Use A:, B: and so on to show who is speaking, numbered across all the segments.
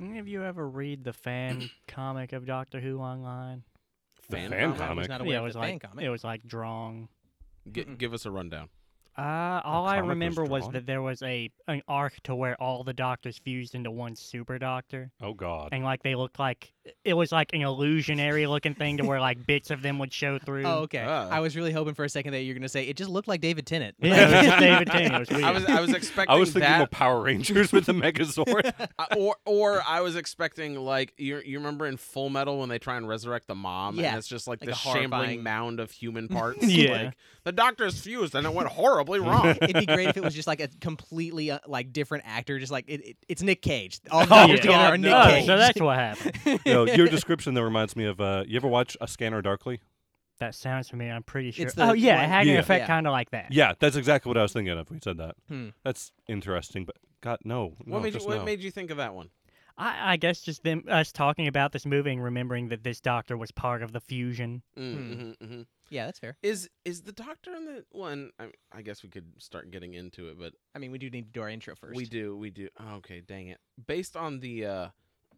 A: Any of you ever read the fan comic of Doctor Who online?
B: Fan,
C: fan
B: comic?
C: comic.
B: Was not
A: yeah,
B: aware
A: it
B: of
A: was
B: the fan
A: like
B: comic.
A: it was like drawn.
B: Gi- give us a rundown.
A: Uh, all I
C: comic was
A: remember was
C: drawn?
A: that there was a an arc to where all the doctors fused into one super doctor.
C: Oh God.
A: and like they looked like it was like an illusionary looking thing to where like bits of them would show through.
B: Oh, okay.
C: Ah.
B: I was really hoping for a second that you're going to say it just looked like David Tennant.
A: Yeah, it was just David Tennant. It was
D: I
A: weird.
D: was I was expecting
C: I was thinking
D: that,
C: of Power Rangers with the Megazord.
D: I- or or I was expecting like you you remember in Full Metal when they try and resurrect the mom
B: Yeah.
D: and it's just like,
B: Like
D: this
B: a
D: shambling
B: horrifying-
D: mound of human parts.
A: Yeah.
D: Like, the doctor's fused and it went horribly wrong.
B: It'd be great if it was just like a completely uh, like different actor, just like it, it, it's Nick Cage. All the
A: Oh,
B: actors
A: yeah.
B: together are
C: God,
B: Nick
C: no.
B: Cage.
A: so that's what happened.
C: no, your description though reminds me of. Uh, you ever watch A Scanner Darkly?
A: That sounds to me. I'm pretty sure.
B: It's the
A: Oh yeah,
B: one-
A: it had an
C: Yeah.
A: effect
B: Yeah.
A: kind of like that.
C: Yeah, that's exactly what I was thinking of. We said that.
B: Hmm.
C: That's interesting, but God, no.
D: What
C: no,
D: made you
C: just
D: What
C: no.
D: made you think of that one?
A: I, I guess just them us talking about this movie and remembering that this doctor was part of the fusion.
B: Hmm.
D: Mm, hmm hmm
B: yeah, that's fair.
D: Is is the doctor in the one? I, I guess we could start getting into it, but
B: I mean, we do need to do our intro first.
D: we do we do. oh, okay, dang it. Based on the uh,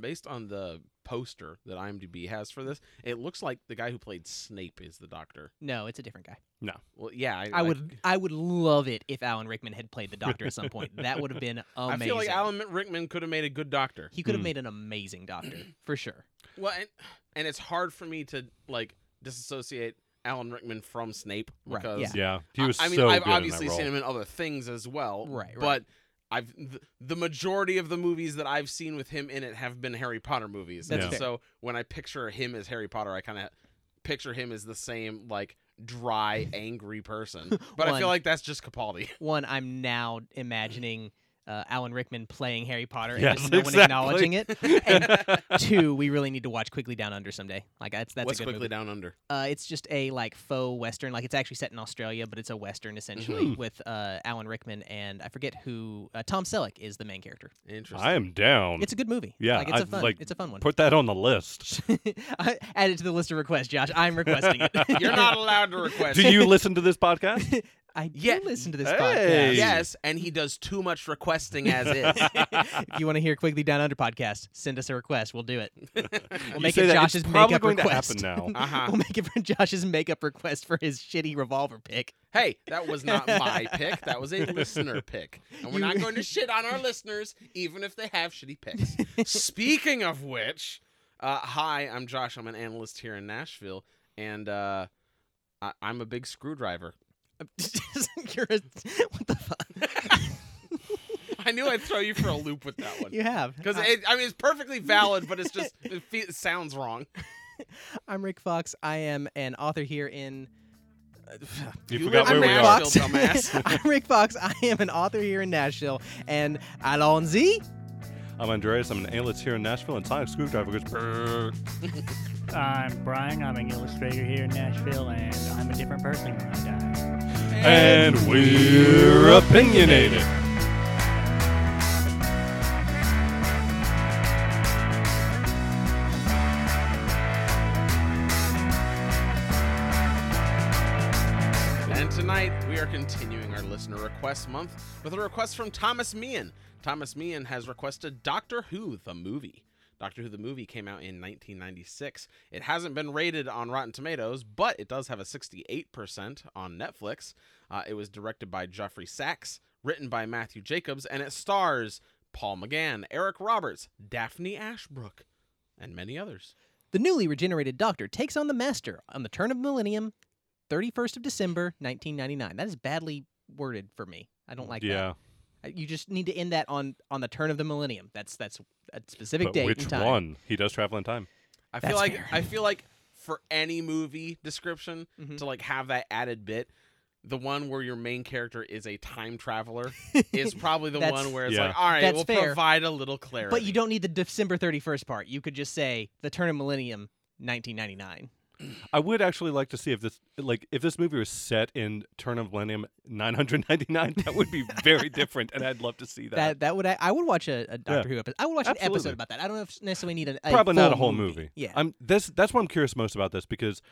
D: based on the poster that IMDb has for this, it looks like the guy who played Snape is the doctor.
B: No, it's a different guy.
D: Well, yeah, I,
B: I would I would love it if Alan Rickman had played the Doctor at some point. That would have been
D: I
B: amazing.
D: feel like Alan Rickman could have made a good doctor.
B: He could have
C: Hmm.
B: made an amazing Doctor for sure.
D: Well, and, and it's hard for me to like disassociate Alan Rickman from Snape
B: Right,
D: because
B: yeah.
C: Yeah, he
D: I-
C: was
D: I, mean,
C: so
D: I've
C: good
D: obviously
C: in that role.
D: seen him in other things as well,
B: Right, right.
D: But I've the, the majority of the movies that I've seen with him in it have been Harry Potter movies.
B: That's
D: And
B: fair.
D: so when I picture him as Harry Potter, I kind of picture him as the same like dry, angry person. But I
B: One.
D: feel like that's just Capaldi.
B: One, I'm now imagining uh, Alan Rickman playing Harry Potter and
C: Yes,
B: just no
C: exactly.
B: one acknowledging it. And two, we really need to watch Quickly Down Under someday. Like that's that's
D: What's
B: a good
D: quickly
B: movie.
D: down under?
B: Uh, it's just a like faux western. Like it's actually set in Australia, but it's a western essentially
C: Mm-hmm.
B: with uh, Alan Rickman and I forget who uh, Tom Selleck is the main character.
D: Interesting.
C: I am down.
B: It's a good movie.
C: Um, Yeah,
B: like it's a
C: I'd
B: fun.
C: like-
B: it's a fun one.
C: Put that on the list.
B: I- Add it to the list of requests, Josh. I'm requesting it.
D: You're not allowed to request.
C: Do you listen to this podcast?
B: I do
D: Yeah.
B: listen to this
C: Hey.
D: yes, and he does too much requesting as is.
B: podcast. if you want to hear Quigley Down Under podcast, send us a request. We'll do it. We'll
C: You
B: make
C: say
B: it
C: that, it's
B: Josh's
C: probably
B: makeup
C: going to
B: request.
C: happen now.
D: Uh-huh.
B: we'll make it for Josh's makeup request for his shitty revolver pick.
D: Hey, that was not my pick. That was a listener pick. And we're
B: You-
D: not going to shit on our listeners, even if they have shitty picks. Speaking of which, uh, hi, I'm Josh. I'm an analyst here in Nashville, and uh, I- I'm a big screwdriver.
B: You're a, what the fuck?
D: I knew I'd throw you for a loop with that one.
B: you have Uh,
D: Because
B: I-
D: I mean, it's perfectly valid, but it's just it, fe- it sounds wrong.
B: I'm Rick Fox. I am an author here in.
C: You,
D: You
C: forgot
D: live
C: Oh, where
D: in
C: we
D: Nashville.
C: are.
D: dumbass.
B: I'm Rick Fox. I am an author here in Nashville, and Alonzi.
C: I'm Andreas. I'm an analyst here in Nashville, and Sonic Screwdriver goes. "Brrr."
A: I'm Brian. I'm an illustrator here in Nashville, and I'm a different person when I die.
C: And we're opinionated.
D: And tonight, we are continuing our listener request month with a request from Thomas Meehan. Thomas Meehan has requested Doctor Who the movie. Doctor Who the movie came out in 1996. It hasn't been rated on Rotten Tomatoes, but it does have a 68% on Netflix. Uh, it was directed by Jeffrey Sachs, written by Matthew Jacobs, and it stars Paul McGann, Eric Roberts, Daphne Ashbrook, and many others.
B: The newly regenerated Doctor takes on the Master on the turn of millennium, 31st of December, 1999. That is badly worded for me. I don't like
C: yeah,
B: that. Uh, You just need to end that on on the turn of the millennium. That's that's a specific
C: but
B: date
C: which
B: and time.
C: one? He does travel in time.
D: I feel
B: That's
D: like
B: fair.
D: I feel like for any movie description
B: Mhm.
D: to like have that added bit, the one where your main character is a time traveler is probably the
B: That's-
D: one where it's
C: Yeah.
D: like, all right,
B: That's
D: we'll
B: fair.
D: provide a little clarity.
B: But you don't need the December 31st part. You could just say the turn of millennium, 1999.
C: I would actually like to see if this, like, if this movie was set in Turn of Millennium 999. That would be very different, and I'd love to see that.
B: That that would I, I would watch a, a Doctor Who episode. I would watch an
C: Absolutely.
B: episode about that. I don't know if necessarily need a, a
C: Probably not
B: full
C: a whole movie.
B: Yeah.
C: I'm this. That's what I'm curious most about this because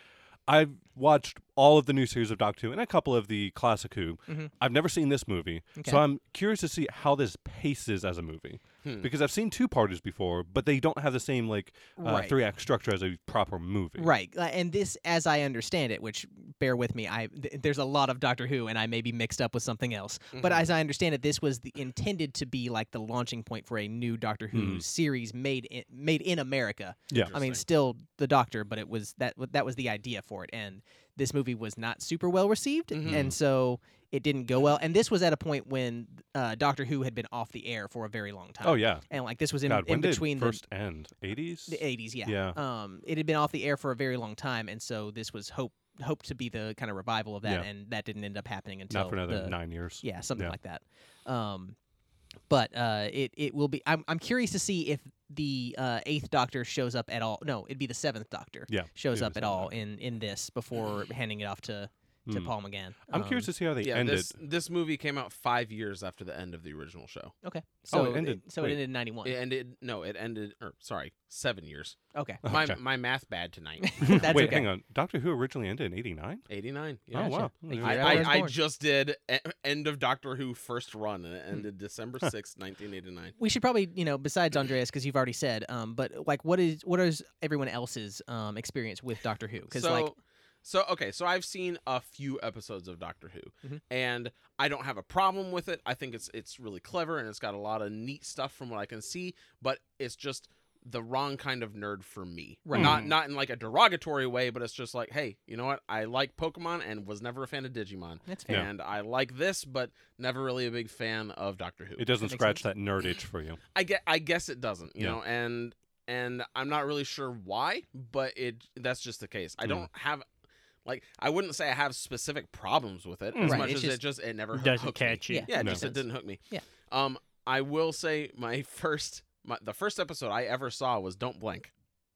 C: I've watched all of the new series of Doctor Who and a couple of the classic Who.
B: Mhm.
C: I've never seen this movie,
B: Okay.
C: so I'm curious to see how this paces as a movie.
D: Hmm.
C: because I've seen two parters before, but they don't have the same like uh,
B: Right.
C: three act structure as a proper movie.
B: Right, uh, and this, as I understand it, which bear with me, I th- there's a lot of Doctor Who, and I may be mixed up with something else. But
C: Mm-hmm.
D: Mhm.
B: as I understand it, this was the, intended to be like the launching point for a new Doctor Who
C: Mhm.
B: series made in, made in America.
C: Yeah.
B: I mean,
D: Interesting.
B: still the Doctor, but it was that wa- that was the idea for it. And this movie was not super well received,
C: Mm-hmm.
D: Mhm.
B: and so it didn't go well. And this was at a point when uh, Doctor Who had been off the air for a very long time.
C: Oh yeah.
B: and like this was in,
C: God,
B: in
C: when did
B: between the
C: first end? Eighties.
B: the 80s yeah.
C: Yeah.
B: um it had been off the air for a very long time and so this was hope hoped to be the kind of revival of that
C: Yeah.
B: and that didn't end up happening until
C: Not for another
B: the-
C: nine years.
B: yeah something
C: Yeah.
B: like that um but uh it it will be i'm, I'm curious to see if the uh, eighth doctor shows up at all no it'd be the seventh doctor
C: Yeah,
B: shows
C: be the
B: up at
C: Seventh
B: all in in this before handing it off to to
C: Hmm.
B: paul mcgann
C: I'm curious
B: Um,
C: to see how they
D: yeah,
C: ended.
D: this this movie came out five years after the end of the original show.
B: okay
C: Oh,
B: so
C: it ended-
B: so
C: wait.
B: it ended in 91
D: It ended no, it ended or sorry, seven years.
B: okay
D: My
C: Oh, Okay.
D: my math bad tonight.
B: that's
C: Wait,
B: okay
C: hang on. Doctor Who originally ended in '89.
D: Eighty nine.
C: Oh
D: Yeah.
C: wow.
B: Thank
D: I,
B: Yeah,
D: I,
B: I was
D: I
B: born.
D: just did e- end of Doctor Who first run and it ended December sixth, nineteen eighty nine.
B: we should probably you know besides andreas because you've already said um but like what is what is everyone else's um experience with doctor who because
D: so,
B: like
D: so okay, so I've seen a few episodes of Doctor Who,
B: Mhm.
D: and I don't have a problem with it. I think it's it's really clever and it's got a lot of neat stuff from what I can see, but it's just the wrong kind of nerd for me.
B: Right.
D: Not
A: Mhm.
D: not in like a derogatory way, but it's just like, hey, you know what? I like Pokemon and was never a fan of Digimon,
B: that's fair
D: and I like this, but never really a big fan of Doctor Who.
C: It doesn't
B: That makes
C: scratch that nerd itch for you.
D: I get I guess it doesn't, you
C: Yeah.
D: know, and and I'm not really sure why, but it that's just the case. I
C: Mm.
D: don't have like I wouldn't say I have specific problems with it as
B: Right,
D: much
B: it's
D: as it
B: just-
D: just it never hoo-
A: Doesn't
D: hooked
A: catch
D: me.
A: you.
B: Yeah.
D: Yeah, it
C: No.
D: just it
B: Makes sense.
D: didn't hook me.
B: Yeah.
D: Um I will say my first my the first episode I ever saw was Don't Blink.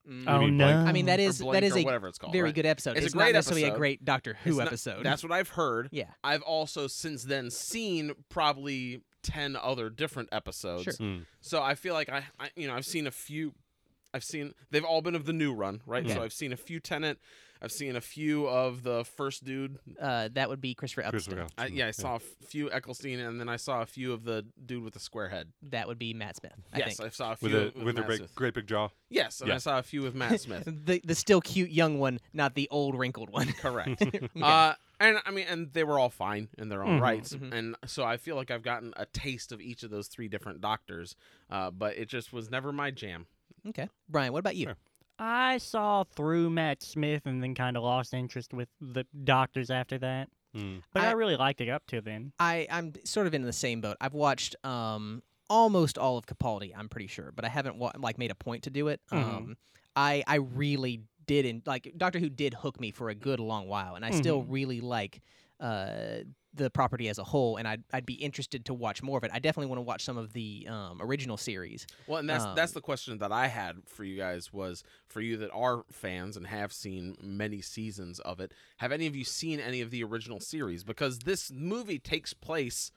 B: Mm.
C: Oh,
A: Oh
C: mean,
A: no!
C: like-
B: i mean that
D: or
B: is
D: Blink
B: that is
D: or
B: a
D: whatever it's called.
B: very
D: right?
B: good episode
D: It's a
B: it's,
D: great
B: not necessarily
D: episode.
B: a great doctor who
D: It's not-
B: episode
D: That's what I've heard.
B: yeah
D: I've also since then seen probably ten other different episodes.
B: Sure.
C: Mm.
D: So I feel like I, I you know, I've seen a few. I've seen they've all been of the new run, right? So
B: Yeah.
D: I've seen a few Tenant. I've seen a few of the first dude.
B: uh that would be christopher
C: Christopher
B: Eccleston.
D: I,
C: Eccleston,
D: yeah, I saw a f- few Eccleston, and then I saw a few of the dude with the square head.
B: that would be matt smith i
D: yes,
B: think
D: I saw a few
C: with a
D: of-
C: with a
D: Matt
C: big,
D: Smith.
C: great big jaw.
D: Yes, and
C: Yeah.
D: I saw a few with Matt Smith.
B: the the still cute young one not the old wrinkled one
D: Correct.
B: Okay.
D: Uh, and I mean, and they were all fine in their own
A: Mhm.
D: rights,
B: Mhm.
D: and so I feel like I've gotten a taste of each of those three different doctors, uh, but it just was never my jam.
B: okay brian what about you
C: Sure.
A: I saw through Matt Smith and then kind of lost interest with the doctors after that.
C: Mm.
A: But I,
B: I-
A: really liked it up to then.
B: I I'm sort of in the same boat. I've watched um almost all of Capaldi, I'm pretty sure, but I haven't wa- like made a point to do it.
A: Mhm.
C: Mm-hmm.
B: Um I I really didn't like Doctor Who did hook me for a good long while and I still
C: Mm-hmm.
A: Mhm.
B: really like uh the property as a whole and I'd I'd be interested to watch more of it. I definitely want to watch some of the um original series.
D: Well, and that's that's the
B: Um,
D: question that I had for you guys was for you that are fans and have seen many seasons of it. Have any of you seen any of the original series? Because this movie takes place.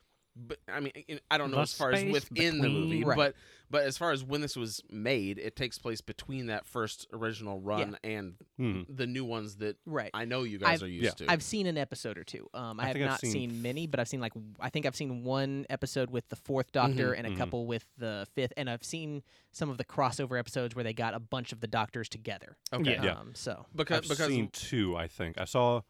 D: But I mean, in- I don't know
A: The
D: as far as
A: space
D: within the movie,
A: between-
B: Right.
D: but but as far as when this was made, it takes place between that first original run and
C: Mm.
D: the new ones that
B: Right.
D: I know you guys
B: I've-
D: are used to.
B: I've seen an episode or two. Um, I,
C: I
B: have
C: think I've
B: not
C: seen
B: seen,
C: f-
B: many, but I've seen like w- I think I've seen one episode with the fourth Doctor and a
C: mhm.
B: couple with the fifth, and I've seen some of the crossover episodes where they got a bunch of the Doctors together.
D: okay,
A: Yeah.
B: Um, so
D: because
C: I've
D: because
C: seen two. I think I saw.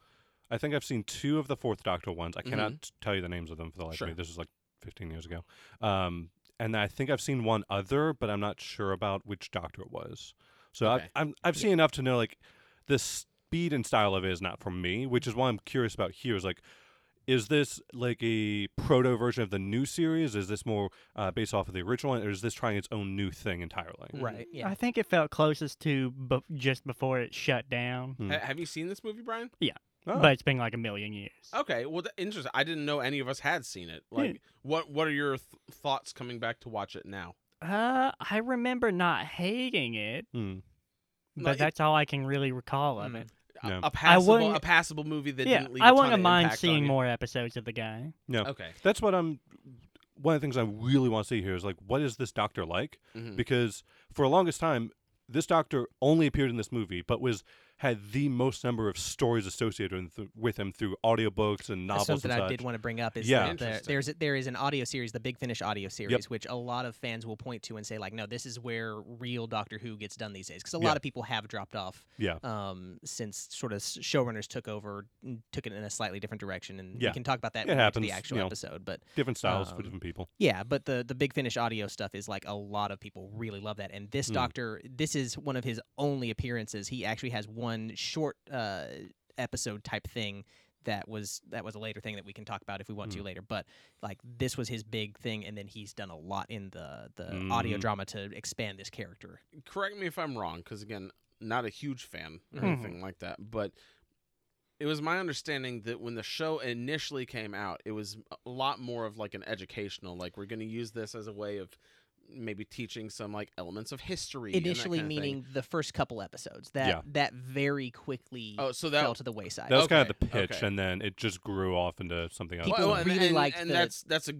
C: I think I've seen two of the Fourth Doctor ones. I cannot t- tell you the names of them for the life
D: Mm-hmm. Sure.
C: of me. This was like 15 years ago. Um, and I think I've seen one other, but I'm not sure about which Doctor it was. So
D: Okay.
C: I, I'm, I've seen enough to know like the speed and style of it is not for me, which is why I'm curious about here. Is like, is this like a proto version of the new series? Is this more uh, based off of the original, one, or is this trying its own new thing entirely?
D: Mhm.
B: right, yeah.
A: I think it felt closest to bu- just before it shut down,
C: Mm.
D: Ha- have you seen this movie, Brian?
C: Oh.
A: but it's been like a million years.
D: Okay, well, th- interesting. I didn't know any of us had seen it.
A: Yeah.
D: Like, what what are your th- thoughts coming back to watch it now?
A: Uh, I remember not hating it,
C: Mm.
A: but
D: Like, it-
A: that's all I can really recall of
B: Mm.
A: it.
D: A-
C: No.
D: A passable,
A: wouldn't-
D: a passable movie that
A: yeah,
D: didn't leave.
A: I
D: a ton
A: wouldn't
D: of
A: mind
D: impact on
A: seeing
D: you.
A: more episodes of the guy.
C: No.
D: Okay.
C: that's what I'm. One of the things I really want to see here is like, what is this doctor like?
D: Mhm.
B: Mm.
C: Because for the longest time, this doctor only appeared in this movie, but was had the most number of stories associated with, with him through audiobooks and
B: That's
C: novels.
B: something
C: and
B: I
C: such.
B: did want to bring up is
C: Yeah.
B: that there,
D: Interesting.
B: there's there is an audio series, the Big Finish audio series, which a lot of fans will point to and say like, no, this is where real Doctor Who gets done these days because a
C: Yeah.
B: lot of people have dropped off
C: Yeah.
B: um, since sort of s- showrunners took over, and took it in a slightly different direction, and
C: Yeah.
B: we can talk about that
C: It
B: when we get to
C: happens,
B: the actual
C: you know.
B: episode. But
C: Different styles
B: Um,
C: for different people.
B: yeah, but the the Big Finish audio stuff is like a lot of people really love that, and this
C: Mm.
B: Doctor, this is one of his only appearances. He actually has one short uh, episode type thing that was that was a later thing that we can talk about if we want to later. But like this was his big thing, and then he's done a lot in the the audio
C: Mm.
B: drama to expand this character.
D: correct me if I'm wrong, because again, not a huge fan or
A: Mhm.
D: anything like that, but it was my understanding that when the show initially came out, it was a lot more of like an educational, like we're going to use this as a way of maybe teaching some like elements of history. and that
B: Initially,
D: kinda thing.
B: meaning the first couple episodes, that
C: Yeah.
B: that very quickly
D: Oh, so that
B: fell to the wayside.
C: That was kind of
D: Okay,
C: the pitch,
D: okay.
C: and then it just grew off into something else.
B: People
D: Well, and,
B: really
D: and-
B: liked
D: and
B: the-
D: that's that's a.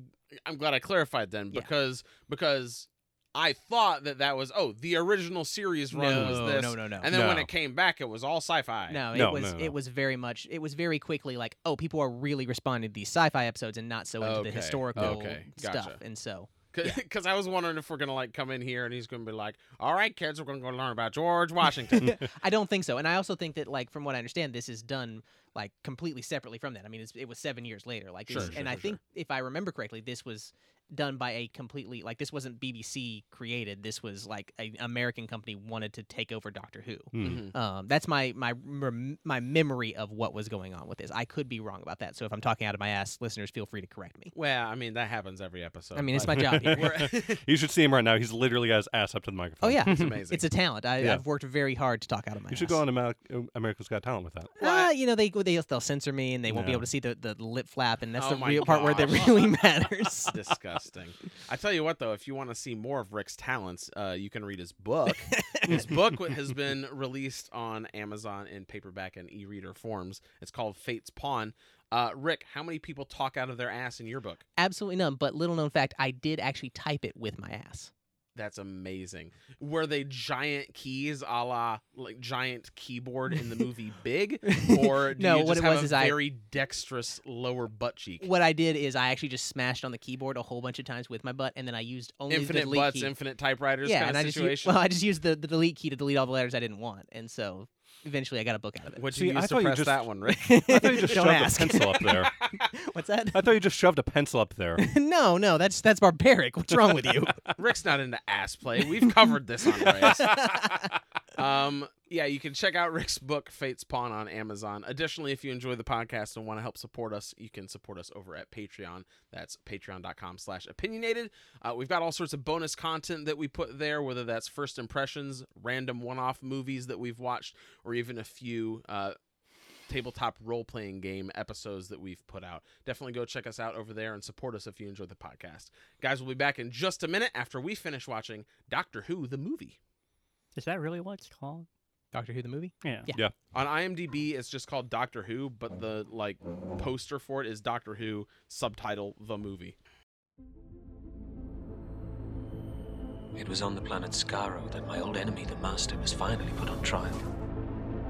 D: I'm glad I clarified then
B: Yeah.
D: because because I thought that that was oh the original series run was
B: No,
D: this,
B: no, no, no.
D: and then when
C: No.
D: it came back, it was all sci-fi.
B: No, it
C: No,
B: was
C: no, no.
B: it was very much it was very quickly like, oh, people are really responding to these sci-fi episodes and not so into
D: Okay,
B: the historical
D: okay,
B: stuff.
D: gotcha.
B: And so,
D: Because I was wondering if we're gonna like come in here and he's gonna be like, "All right, kids, we're gonna go learn about George Washington."
B: I don't think so. And I also think that like from what I understand, this is done like completely separately from that. I mean, it's, it was 7 years later. Like
D: Sure,
B: it's-
D: sure,
B: and I
D: sure,
B: think if I remember correctly, this was done by a completely like this wasn't BBC created. This was like an American company wanted to take over Doctor Who.
C: Hmm.
D: Mhm.
B: Um, that's my my rem- my memory of what was going on with this. I could be wrong about that. So if I'm talking out of my ass, listeners, feel free to correct me.
D: well, I mean that happens every episode.
B: I mean, it's my
D: but
B: job here.
D: we're-
C: You should see him right now. He's literally got his ass up to the
B: Oh
C: microphone.
B: yeah,
D: it's amazing.
B: It's a talent. I,
C: Yeah.
B: I've worked very hard to talk out of my.
C: You should
B: ass.
C: go on Amer- America's Got Talent with that.
B: Ah, you know they they they'll censor me and they won't be
C: Yeah.
B: able to see the, the lip flap and that's
D: Oh
B: the
D: my
B: real part where that
D: gosh.
B: really matters.
D: disgusting. I tell you what, though, if you want to see more of Rick's talents, uh, you can read his book. his book wi- has been released on Amazon in paperback and e-reader forms. It's called Fate's Pawn. Uh, Rick, how many people talk out of their ass in your book?
B: Absolutely none. But little known fact, I did actually type it with my ass.
D: That's amazing. Were they giant keys, a la like giant keyboard in the movie Big, or do
B: No,
D: you
B: what
D: just
B: it
D: have
B: was
D: a
B: is I-
D: very dexterous lower butt cheek?
B: What I did is I actually just smashed on the keyboard a whole bunch of times with my butt and then I used only the
D: Infinite
B: delete
D: butts,
B: key.
D: infinite typewriters
B: yeah,
D: kind
B: and
D: of
B: I just u-
D: situation.
B: well I just used the, the delete key to delete all the letters I didn't want, and so eventually I got a book out of it.
D: What'd
C: See,
D: you
C: I
D: use
C: thought
D: to
C: you
D: press
C: just-
D: that one, Rick?
C: I thought you just
B: Don't
C: shoved
B: ask.
C: a pencil up there.
B: What's that?
C: I thought you just shoved a pencil up there.
B: no, no, that's that's barbaric. What's wrong with you?
D: Rick's not into ass play. We've covered this on Grace. um, yeah, you can check out Rick's book, Fate's Pawn, on Amazon. Additionally, if you enjoy the podcast and want to help support us, you can support us over at Patreon. That's patreon.com slash opinionated. Uh, we've got all sorts of bonus content that we put there, whether that's first impressions, random one-off movies that we've watched, or even a few uh, tabletop role-playing game episodes that we've put out. Definitely go check us out over there and support us if you enjoy the podcast. Guys, we'll be back in just a minute after we finish watching Doctor Who the movie.
A: Is that really what it's called?
B: Doctor Who the movie?
A: Yeah.
B: Yeah.
D: On IMDb, it's just called Doctor Who, but the like poster for it is Doctor Who subtitle the movie.
E: It was on the planet Skaro that my old enemy, the Master, was finally put on trial.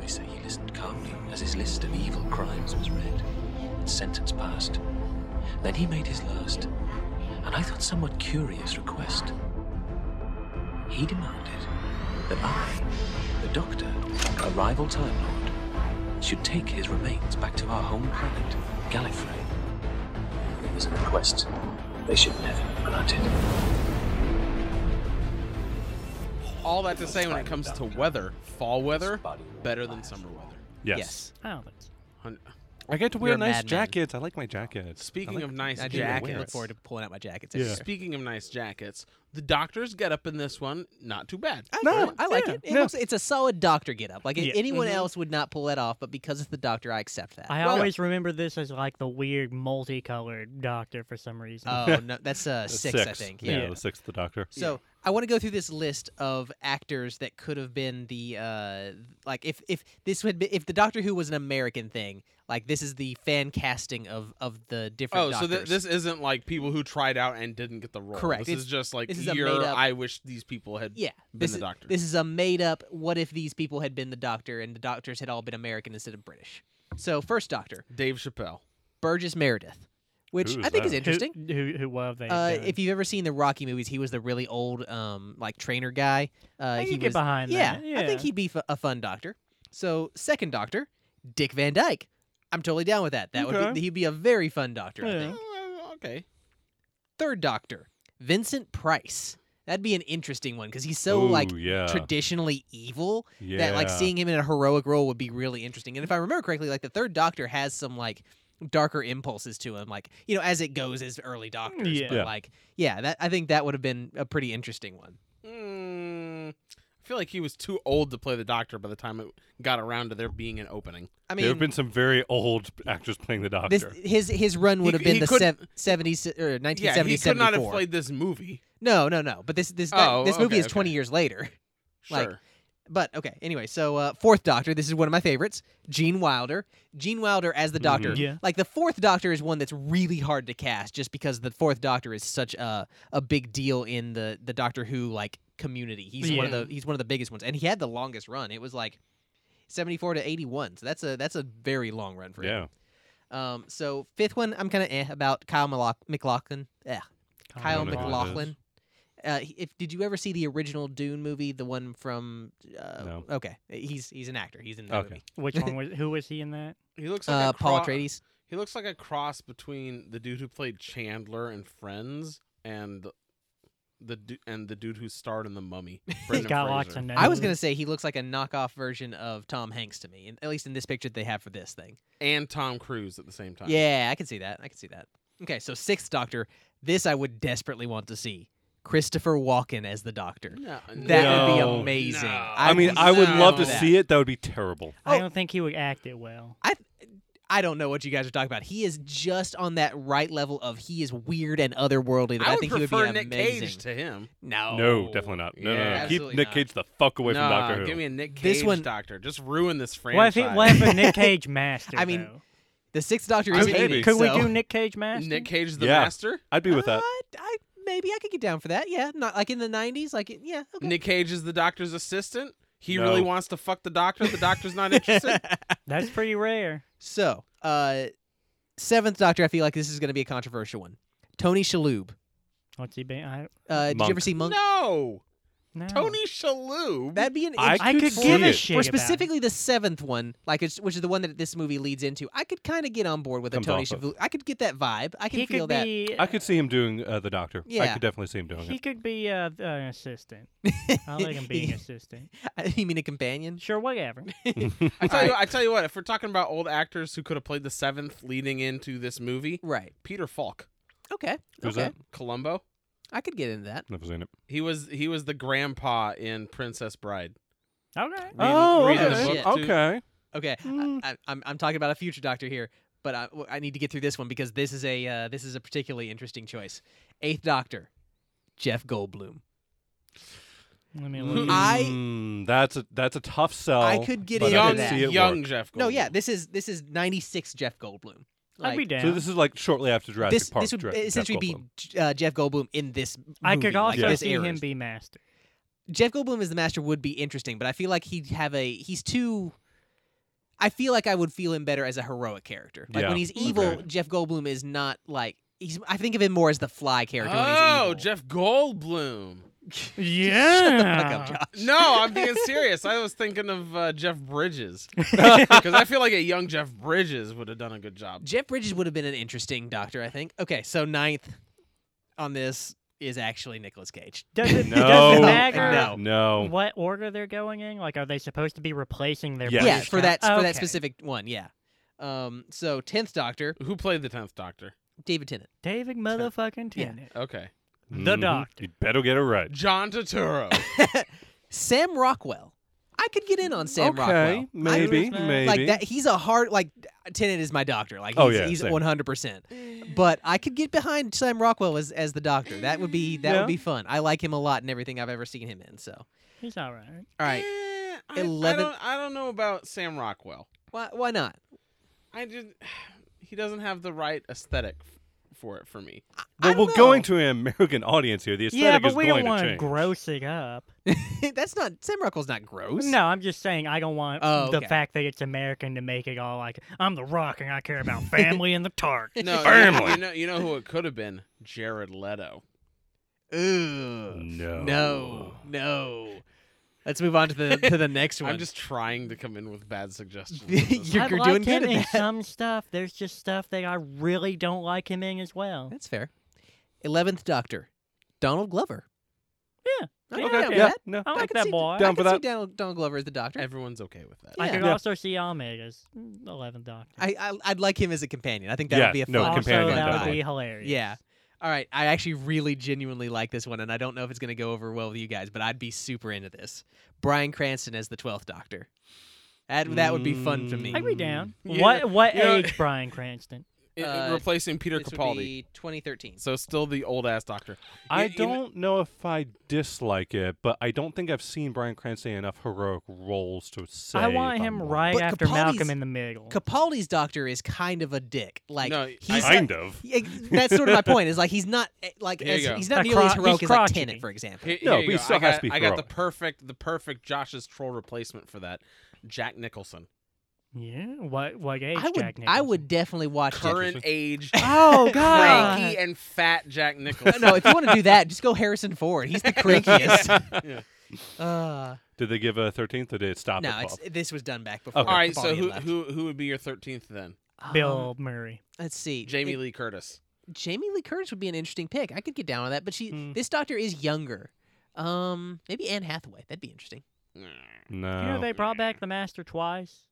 E: They say he listened calmly as his list of evil crimes was read, and sentence passed. Then he made his last, and I thought somewhat curious request. He demanded that I, the Doctor, a rival Time Lord, should take his remains back to our home planet, Gallifrey. It was a request they should never have granted.
D: All that to say, when it comes to weather, fall weather better than summer weather.
C: Yes.
A: I don't think so.
D: Hun-
C: I get to
B: You're
C: wear
B: a
C: nice
B: madman.
C: jackets. I like my jackets. I
D: Speaking
C: like-
D: of nice
B: I do
D: jackets,
B: look forward to pulling out my jackets.
C: Yeah.
B: every year.
D: speaking of nice jackets, the doctor's get up in this one not too bad.
B: I,
C: No,
B: I like
C: yeah,
B: it. it
C: no.
B: looks, it's a solid doctor get up. Like
A: Yeah.
B: anyone
D: Mhm.
B: else would not pull that off, but because it's the doctor, I accept that.
A: I
D: Well-
A: always remember this as like the weird multicolored doctor for some reason.
B: oh no, that's uh,
C: The
B: six, I
C: sixth.
B: think.
C: Yeah,
B: Yeah.
A: Yeah.
C: the sixth, the doctor.
B: So I want to go through this list of actors that could have been the uh, like if if this would be if the Doctor Who was an American thing, like this is the fan casting of of the different.
D: Oh, so th-
B: doctors.
D: this isn't like people who tried out and didn't get the role.
B: Correct.
D: This
B: It's-
D: is just like
B: It's this is a
D: year,
B: made-up-
D: I wish these people had.
B: Yeah,
D: Been
B: this
D: the
B: is,
D: doctor.
B: This is a made up. What if these people had been the doctor and the doctors had all been American instead of British? So first doctor
D: Dave Chappelle.
B: Burgess Meredith, which
C: Who
B: I
C: is
B: think is
C: that?
B: interesting.
A: Who, who, who what have they?
B: Uh,
A: done?
B: if you've ever seen the Rocky movies, he was the really old, um, like trainer guy. Uh,
A: I
B: he
A: can get
B: was-
A: behind
B: yeah,
A: that.
B: I think he'd be f- a fun doctor. So second doctor, Dick Van Dyke. I'm totally down with that. That would
C: Okay.
B: be, he'd be a very fun doctor. I
A: Yeah.
B: think.
D: Oh, okay.
B: Third doctor, Vincent Price. That'd be an interesting one because he's so
C: Ooh,
B: like
C: yeah,
B: traditionally evil
C: yeah.
B: that like seeing him in a heroic role would be really interesting. And if I remember correctly, like the third Doctor has some like darker impulses to him, like you know, as it goes as early Doctors.
A: Yeah.
B: But
C: Yeah.
B: like, yeah, that I think that would have been a pretty interesting one.
D: Mm, I feel like he was too old to play the doctor by the time it got around to there being an opening.
B: I
C: there have
B: mean,
C: been some very old actors playing the doctor.
B: this his his run would
D: He-
B: have been
D: he
B: the
D: couldn't-
B: sev- 70s or 1970s.
D: Yeah, he could not have
B: 74.
D: played this movie.
B: No, no, no. But this this that-
D: Oh,
B: this movie
D: okay,
B: is 20
D: okay.
B: years later.
D: Sure.
B: Like, But okay, anyway, so uh, fourth Doctor, this is one of my favorites, Gene Wilder. Gene Wilder as the Doctor.
A: Mhm. Yeah.
B: Like the fourth Doctor is one that's really hard to cast, just because the fourth Doctor is such a a big deal in the the Doctor Who like community. He's one of
A: Yeah.
B: the he's one of the biggest ones, and he had the longest run. It was like seventy four to eighty one, so that's a that's a very long run for him.
C: yeah,
B: Um, so fifth one, I'm kind of eh about Kyle Maloc- McLaughlin. Eh. Kyle
C: don't know who that is.
B: McLaughlin. Uh, he- if did you ever see the original Dune movie, the one from? Uh,
C: No.
B: Okay, he's he's an actor. He's in that
C: Okay.
B: movie.
A: Which one was? Who was he in that?
D: he looks like
B: Uh,
D: a
B: Paul
D: cro-
B: Atreides.
D: He looks like a cross between the dude who played Chandler and Friends and the du- and the dude who starred in The Mummy.
A: He's
D: Brendan
A: got
D: Fraser.
A: lots of names.
B: I was gonna say he looks like a knockoff version of Tom Hanks to me, in, at least in this picture that they have for this thing.
D: and Tom Cruise at the same time.
B: Yeah, I can see that. I can see that. Okay, so sixth Doctor. This I would desperately want to see Christopher Walken as the Doctor.
D: No,
B: That would be
C: No.
D: No.
B: amazing.
C: I,
D: I
C: mean,
B: would
C: I would
B: love
C: love to
B: that.
C: see it. That would be terrible.
B: oh.
A: I don't think he would act it well.
B: I I don't know what you guys are talking about. He is just on that right level of he is weird and otherworldly that
D: I
B: I,
D: would
B: think he would be
D: prefer Nick
B: amazing.
D: Cage to him.
B: No,
C: no, definitely not. No,
D: yeah,
C: no, no. keep
B: Oh, absolutely
C: Nick
B: not.
C: Cage the fuck away
D: Nah,
C: from Doctor Who.
D: give me a Nick Cage
B: This one-
D: doctor. Just ruin this
A: What if,
D: franchise.
A: he, what if a Nick Cage master?
B: I mean,
A: though?
B: The sixth Doctor
C: I
B: is
C: mean,
B: hated,
A: could we
B: so-
A: do Nick Cage master?
D: Nick Cage the
C: Yeah.
D: master?
C: I'd be with
B: Uh,
C: that.
B: I, maybe I could get down for that. Yeah, not like in the '90s. Like it- yeah, okay.
D: Nick Cage is the doctor's assistant. He
C: No.
D: really wants to fuck the doctor. The doctor's not interested.
A: That's pretty rare.
B: so, uh, seventh Doctor, I feel like this is going to be a controversial one. Tony Shalhoub.
A: What's he been? I,
B: Uh, did you
C: Monk.
B: ever see Monk?
D: no,
A: no.
D: Tony Shalhoub.
B: That'd be an.
C: I
B: int-
A: I
C: could
A: could
C: see
A: give
C: it.
A: a
C: Or
A: shit.
B: or
A: about it.
B: specifically the seventh one, like it's, which is the one that this movie leads into. I could kind of get on board with a
C: Comes
B: Tony
C: off of.
B: Shalhoub. I could get that vibe. I can
A: he
B: feel
A: could
B: that.
A: be.
C: I could see him doing uh, the Doctor. I
B: Ah. Yeah.
C: could definitely see him doing
A: He
C: it.
A: could be uh, an assistant. I like him being an assistant.
B: you mean a companion?
A: Sure, whatever.
D: I tell you, I tell you what. If we're talking about old actors who could have played the seventh leading into this movie,
B: Right.
D: Peter Falk,
B: Okay.
C: Who's
B: okay.
C: that?
D: Columbo.
B: I could get into that.
C: Never seen it.
D: He was he was the grandpa in Princess Bride.
A: Okay.
D: Reading- Oh,
B: reading the okay. book,
D: too.
C: okay.
B: Okay.
C: Mm.
B: I, I, I'm I'm talking about a future doctor here, but I, w- I need to get through this one because this is a uh, this is a particularly interesting choice. Eighth Doctor, Jeff Goldblum.
A: Let me
D: Who-
A: look.
B: I-
C: Mm, that's a that's a tough sell.
B: I could get
C: Oh, but I
B: into
D: young
C: could
B: that.
C: see it
D: young
C: work.
D: Jeff. Goldblum.
B: No, yeah. This is this is '96 Jeff Goldblum.
A: I'd be
B: Like,
A: down.
C: So this is like shortly after Jurassic
B: this
C: Park.
B: this would
C: Dra- Jeff
B: essentially be
C: Goldblum.
B: J- uh, Jeff Goldblum in this.
A: I
B: movie,
A: could also
B: like, this
A: see him
B: era's.
A: be master.
B: Jeff Goldblum as the Master would be interesting, but I feel like he'd have a he's too. I feel like I would feel him better as a heroic character. Like
C: Yeah,
B: when he's evil,
C: agreed.
B: Jeff Goldblum is not like he's. I think of him more as the Fly character.
D: Oh,
B: when he's evil.
D: Jeff Goldblum.
A: Yeah.
B: Shut the fuck up, Josh.
D: No, I'm being serious. I was thinking of uh, Jeff Bridges because I feel like a young Jeff Bridges would have done a good job.
B: Jeff Bridges would have been an interesting doctor, I think. Okay, so ninth on this is actually Nicolas Cage.
A: Does it, does
C: No.
A: it matter
B: No.
C: no.
A: what order they're going in? Like, are they supposed to be replacing their
C: Yes.
B: Yeah,
A: British
B: for
A: count-
B: that for that
A: Okay.
B: specific one, yeah. Um, so tenth Doctor,
D: Who played the tenth Doctor?
B: David Tennant.
A: David motherfucking Tennant.
D: Okay,
A: The
C: Mhm.
A: Doctor.
C: You better get it right.
D: John Turturro.
B: Sam Rockwell. I could get in on Sam
C: okay,
B: Rockwell. I
C: maybe,
A: Like
C: maybe.
B: Like that, he's a hard like Tennant is my doctor. Like he's,
C: Oh, yeah,
B: he's
C: same.
B: 100%. But I could get behind Sam Rockwell as as the doctor. That would be that
C: Yeah.
B: would be fun. I like him a lot in everything I've ever seen him in, so. All
A: He's all right.
B: right.
D: Eh, I-
B: Eleven-
D: I, don't, I don't know about Sam Rockwell.
B: Why why not?
D: I just he doesn't have the right aesthetic f- for it for me.
C: Well,
B: I
C: we're
B: don't
C: going to an American audience here. The aesthetic
A: Yeah, but
C: is
A: we
C: going
A: don't want
C: to
A: to
C: change.
A: gross it up.
B: know. That's not Sam Ruckle's not gross.
A: No, I'm just saying I don't want
B: Oh,
A: the
B: okay.
A: fact that it's American to make it all like I'm the Rock and I care about family and the tart.
D: No,
C: Firmly.
D: You know, you know who it could have been? Jared Leto.
B: Ugh.
C: No.
B: No. No. Let's move on to the to the next one.
D: I'm just trying to come in with bad suggestions. at this
B: You're-
A: I
B: you're
A: like
B: doing
A: him
B: good at
A: in
B: that.
A: some stuff. There's just stuff that I really don't like him in as well.
B: That's fair. Eleventh Doctor, Donald Glover.
A: Yeah.
B: I'm
A: Okay,
B: down
A: yeah.
B: with
C: Yeah.
B: that.
C: No.
A: I
B: I
A: like
B: can
A: that
B: see-
A: boy.
C: Down
B: I
C: for
B: can
C: point.
B: see Donald, Donald Glover as the Doctor.
D: Everyone's okay with that.
A: I could
C: Yeah.
A: also see Ahmed as the Eleventh Doctor.
B: I, I I'd like him as a companion. I think that
C: Yeah,
B: would be a fun
C: no,
A: also,
C: companion
A: that would
C: definitely.
A: be hilarious.
B: Yeah. All right. I actually really genuinely like this one, and I don't know if it's going to go over well with you guys, but I'd be super into this. Brian Cranston as the Twelfth Doctor. That that would be fun for me.
A: I'd be down.
D: Yeah.
A: What what
D: You know-
A: age Brian Cranston?
D: It- it
B: Uh,
D: replacing Peter
B: This would
D: Capaldi.
B: be 2013.
D: So still the old ass doctor.
C: I
D: You- you kn-
C: don't know if I dislike it, but I don't think I've seen Brian Cranston in enough heroic roles to say.
A: I
C: if
A: want
C: I'm
A: him
C: wrong.
A: right
B: But
A: after Malcolm
B: Capaldi's-
A: in the Middle.
B: Capaldi's Doctor is kind of a dick. Like
D: No,
B: he's not-
C: Kind of.
B: Yeah, that's sort of my point. Is like he's not eh, like
D: Here
B: as,
D: you go.
B: he's not
A: A
B: nearly as
A: cro-
B: heroic
A: he's
B: as like
A: crotchety.
B: Tenet, for example.
D: Here-
C: No,
D: here you
C: but he
D: go.
C: still
D: I
C: has
D: got-
C: to be
D: I got the
C: heroic.
D: perfect, the perfect Josh's troll replacement for that. Jack Nicholson,
A: yeah. What what age?
B: I would
A: Jack
B: I
A: Nicholson?
B: would definitely watch Jack
D: current age,
A: Oh God.
D: cranky and fat Jack
B: Nicholson.
D: Nicholson.
B: no, if you want to do that, just go Harrison Ford. He's the crankiest. Uh,
C: Did they give a 13th or did it stop
B: no,
C: at
B: it's,
C: 12?
B: this was done back before.
C: Okay.
D: All right,
B: Capaldi
D: so
B: had
D: who,
B: left. Um,
D: who who would be your thirteenth then?
A: Bill Murray.
B: Let's see.
D: Jamie
B: It-
D: Lee Curtis.
B: Jamie Lee Curtis would be an interesting pick. I could get down on that, but she
A: Hmm.
C: Mm.
B: this doctor is younger. Um, maybe Anne Hathaway. That'd be interesting.
C: No.
A: You
C: Oh.
A: know they brought back the Master twice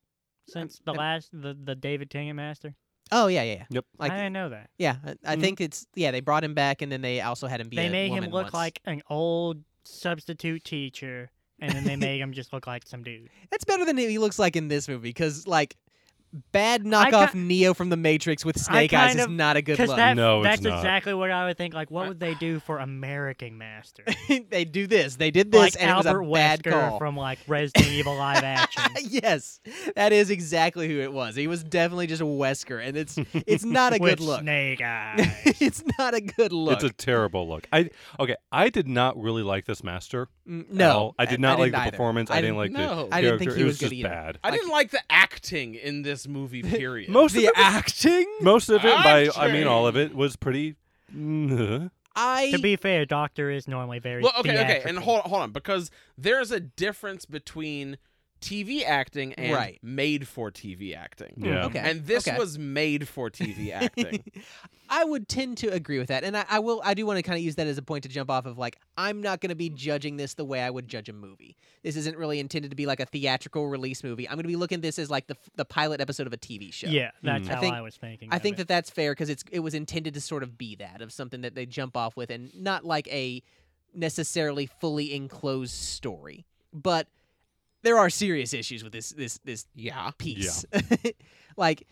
A: since the
B: and-
A: last the, the David Tennant Master.
B: Oh yeah, yeah, yeah.
C: Yep.
B: Like
A: I didn't know that.
B: yeah, I, I
C: Mhm.
B: think it's yeah. They brought him back, and then they also had him be.
A: Hmm. they
B: a
A: made him
B: woman
A: look
B: once.
A: like an old substitute teacher, and then they made him just look like some dude.
B: that's better than he looks like in this movie because like bad
A: I
B: knockoff
A: ki-
B: Neo from the Matrix with Snake Eyes
A: kind
B: is
A: of-
B: not a good
A: Because
B: look.
A: that,
C: No, it's
A: that's
C: not.
A: exactly what I would think. Like, what would they do for American Master?
B: they do this, they did this,
A: like
B: and
A: Albert
B: it was a bad
A: Wesker
B: call.
A: from like Resident Evil live action.
B: yes, that is exactly who it was. He was definitely just a Wesker, and it's it's not a
A: with
B: good look.
A: Snake Eyes.
B: it's not a good look.
C: It's a terrible look. I okay. I did not really like this master.
B: Mm,
C: at
B: no,
C: all. I did not like the
B: either.
C: performance. I, didn't, like
D: no.
C: the
B: I didn't think
C: character.
B: he
C: it
B: was
C: was
B: good
C: just
B: either.
C: bad.
D: I didn't like the acting in this movie. Period.
C: Most of
B: the
C: it,
B: acting.
C: most of it, by I mean
D: Action.
C: all of it, was pretty. mm,
B: I
A: to be fair, Doctor is normally very
D: well, okay, okay, and
A: theatrical.
D: hold hold on because there's a difference between TV acting and
B: Right.
D: made for TV acting.
C: Yeah.
B: okay.
D: And this
B: okay.
D: was made for TV acting.
B: I would tend to agree with that, and I, I will. I do want to kind of use that as a point to jump off of. Like, I'm not going to be judging this the way I would judge a movie. This isn't really intended to be like a theatrical release movie. I'm going to be looking at this as like the f- the pilot episode of a TV show.
A: Yeah, that's
C: Mm.
B: I
A: how I,
B: think-
A: was thinking.
B: I
A: of
B: think
A: it.
B: that that's fair because it's it was intended to sort of be that of something that they jump off with and not like a necessarily fully enclosed story. But there are serious issues with this this this
D: yeah.
B: piece. like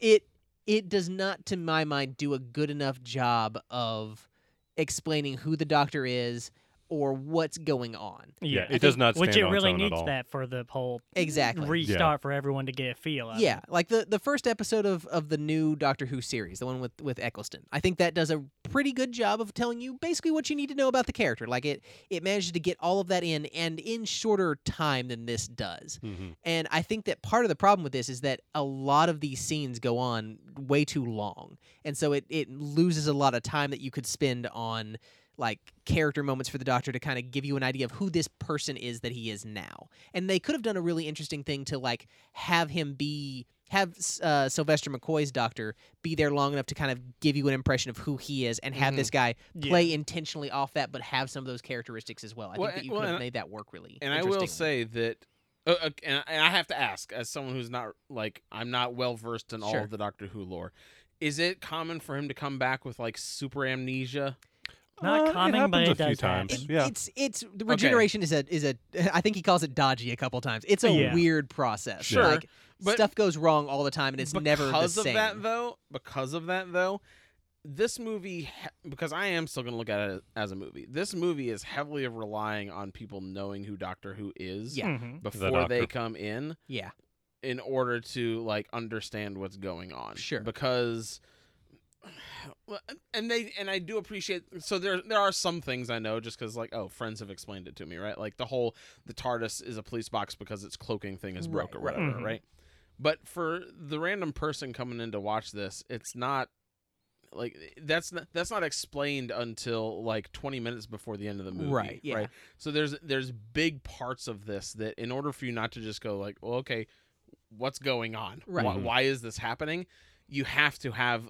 B: it it does not to my mind do a good enough job of explaining who the doctor is or what's going on.
A: yeah,
C: Yeah,
A: I
C: it does
A: think-
C: not
A: Which
C: stand
A: it
C: on its
A: really
C: own at
A: needs
C: all.
A: that for the whole
B: Exactly.
A: restart for everyone to get a feel. Of it.
B: Yeah, like the the first episode of of the new Doctor Who series, the one with with Eccleston. I think that does a pretty good job of telling you basically what you need to know about the character. Like it it managed to get all of that in and in shorter time than this does.
C: mhm.
B: And I think that part of the problem with this is that a lot of these scenes go on way too long. And so it, it loses a lot of time that you could spend on like character moments for the doctor to kind of give you an idea of who this person is that he is now. And they could have done a really interesting thing to like have him be have uh, Sylvester McCoy's doctor be there long enough to kind of give you an impression of who he is and have
D: Mhm.
B: this guy
A: Yeah.
B: play intentionally off that but have some of those characteristics as well. I
D: Well,
B: think that you
D: well,
B: could have
D: and-
B: made that work really
D: And I will
B: interestingly.
D: say that, uh, uh, and I- and I have to ask, as someone who's not like I'm not well versed in all
B: Sure.
D: of the Doctor Who lore, is it common for him to come back with like super amnesia?
A: Not
C: Uh,
A: common,
C: it
A: but
C: happens
A: it
C: a few
A: does happen.
C: times. Yeah.
B: It's it's the regeneration is a is a I think he calls it dodgy a couple times. It's a
A: Yeah.
B: weird process.
D: Sure,
B: Like,
D: but-
B: stuff goes wrong all the time and it's never the
D: because of
B: same.
D: that though. Because of that though, this movie ha- because I am still going to look at it as a movie. This movie is heavily relying on people knowing who Doctor Who is
B: Yeah.
A: Mhm.
D: before they
C: Doctor.
D: come in.
B: yeah.
D: in order to like understand what's going on.
B: Sure.
D: Because Well, and they and I do appreciate so there there are some things I know just cuz like oh friends have explained it to me right like the whole the TARDIS is a police box because its cloaking thing is broke
E: Right,
D: or
E: right.
D: whatever
A: Mhm.
D: right but for the random person coming in to watch this it's not like that's not, that's not explained until like 20 minutes before the end of the movie
B: Right, yeah.
D: right so there's there's big parts of this that in order for you not to just go like well okay what's going on
B: Right.
D: why,
C: Mm-hmm.
D: why is this happening you have to have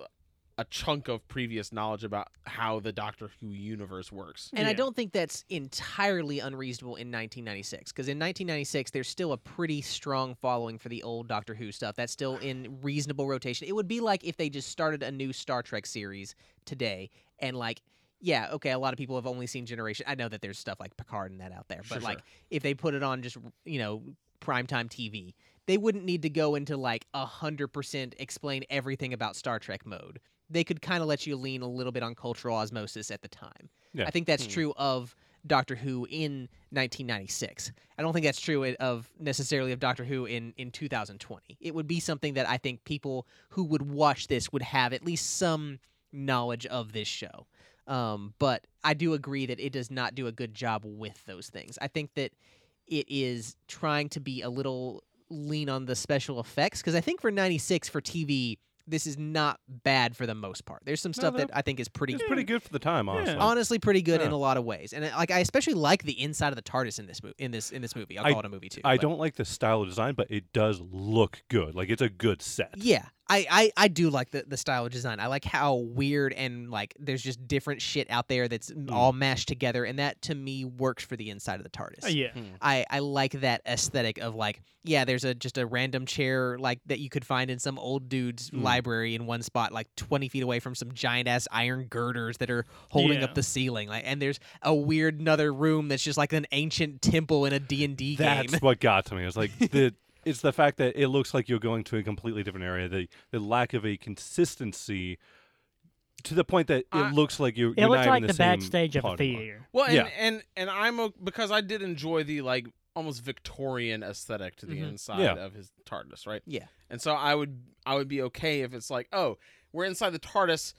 D: a chunk of previous knowledge about how the Doctor Who universe works.
B: And I
A: Yeah.
B: don't think that's entirely unreasonable in 1996, because in 1996 there's still a pretty strong following for the old Doctor Who stuff. That's still in reasonable rotation. It would be like if they just started a new Star Trek series today, and like, yeah, okay, a lot of people have only seen Generation. I know that there's stuff like Picard and that out there,
D: Sure,
B: but like
D: sure.
B: if they put it on just you know primetime TV, they wouldn't need to go into like a hundred percent explain everything about Star Trek mode. They could kind of let you lean a little bit on cultural osmosis at the time.
C: Yeah.
B: I think that's
D: Hmm.
B: true of Doctor Who in 1996. I don't think that's true i- of necessarily of Doctor Who in in 2020. It would be something that I think people who would watch this would have at least some knowledge of this show. Um, but I do agree that it does not do a good job with those things. I think that it is trying to be a little lean on the special effects because I think for 96 for TV this is not bad for the most part. There's some stuff
C: they're-
B: that I think is pretty
C: Uh-huh. It's pretty good for the time, honestly.
B: honestly pretty good in
C: Yeah.
B: a lot of ways. And I- like I especially like the inside of the TARDIS in this movie. In this in this movie, I'll
C: I-
B: call it a movie too.
C: I
B: but-
C: don't like the style of design, but it does look good. Like it's a good set.
B: Yeah, I, I, I do like the, the style of design. I like how weird and like there's just different shit out there that's
C: Mm.
B: all mashed together, and that to me works for the inside of the TARDIS.
C: Oh,
A: Uh, yeah.
B: I, I like that aesthetic of like yeah there's a just a random chair like that you could find in some old dude's
C: Mm.
B: library in one spot like 20 feet away from some giant ass iron girders that are holding
A: Yeah.
B: up the ceiling like and there's a weird another room that's just like an ancient temple in a D&D
C: That's
B: game
C: what got to me. It's like the it's the fact that it looks like you're going to a completely different area. The the lack of a consistency to the point that
D: I-
C: it looks like you're.
A: It
C: you're
A: looks
C: not
A: like
C: even
A: the,
C: the, same
A: backstage of a
C: plot anymore.
A: theater.
D: Well, and,
C: Yeah.
D: and and I'm o- because I did enjoy the like almost Victorian aesthetic to the
B: Mhm.
D: inside
C: Yeah.
D: of his TARDIS, right?
B: Yeah.
D: And so I would I would be okay if it's like, oh, we're inside the TARDIS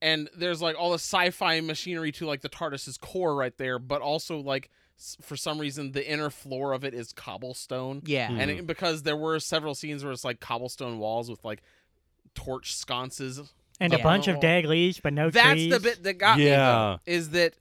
D: and there's like all the sci-fi machinery to like the TARDIS's core right there, but also like s- for some reason the inner floor of it is cobblestone.
B: yeah
C: Mm.
D: and it, because there were several scenes where it's like cobblestone walls with like torch sconces.
A: And
B: Yeah.
A: a bunch of
D: Oh.
A: dead leaves, but no
D: That's
A: trees.
D: the bit that got me.
C: Yeah.
D: Though, is that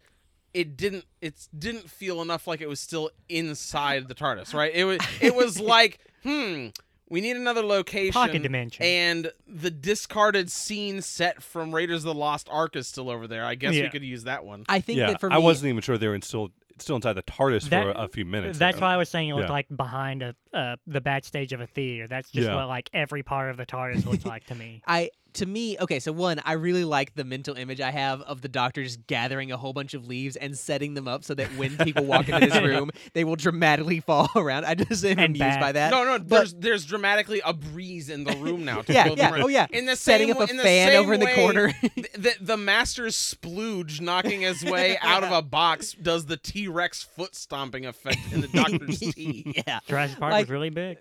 D: it didn't it didn't feel enough like it was still inside the TARDIS, right? It was it was like hmm. We need another location.
A: Pocket dimension.
D: And the discarded scene set from Raiders of the Lost Ark is still over there. I guess we
A: Yeah.
D: could use that one.
B: I think
C: yeah,
B: that for
C: I
B: me,
C: wasn't even sure they were in still still inside the TARDIS for
A: That-
C: a few minutes.
A: That's
C: there.
A: why I was saying it looked
C: Yeah.
A: like behind a, uh, the backstage of a theater. That's just
C: Yeah.
A: what like every part of the TARDIS looks like to me.
B: I to me, okay, so one, I really like the mental image I have of the doctor just gathering a whole bunch of leaves and setting them up so that when people walk into this room, they will dramatically fall around. I just am
A: And
B: amused
A: bat.
B: by that.
D: no, no, there's there's dramatically a breeze in the room now. To
B: yeah,
D: fill the
B: yeah,
D: room.
B: oh yeah.
D: In the
B: Setting
D: same
B: up a
D: way- in the
B: fan
D: same
B: over in the
D: way
B: corner.
D: th- the, the master's splooge knocking his way out of a box does the T Rex foot stomping effect in the doctor's tea.
B: yeah.
A: Jurassic Park
B: Like-
A: was really big.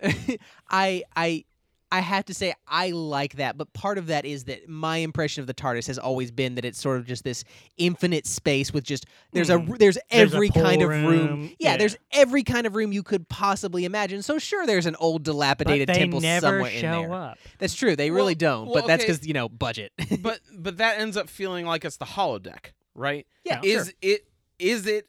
B: I I I have to say I like that, but part of that is that my impression of the TARDIS has always been that it's sort of just this infinite space with just there's a there's
A: Hmm. There's a
B: every kind
A: pool
B: of room.
A: room,
B: Yeah,
A: yeah.
B: there's every kind of room you could possibly imagine. So sure, there's an old
A: But
B: dilapidated
A: they
B: temple
A: never
B: somewhere
A: show
B: in there.
A: up.
B: That's true. They
D: Well-
B: really don't.
D: well,
B: but that's
D: okay.
B: because you know budget.
D: But but that ends up feeling like it's the holodeck, right?
B: yeah,
D: is
B: sure.
D: it is it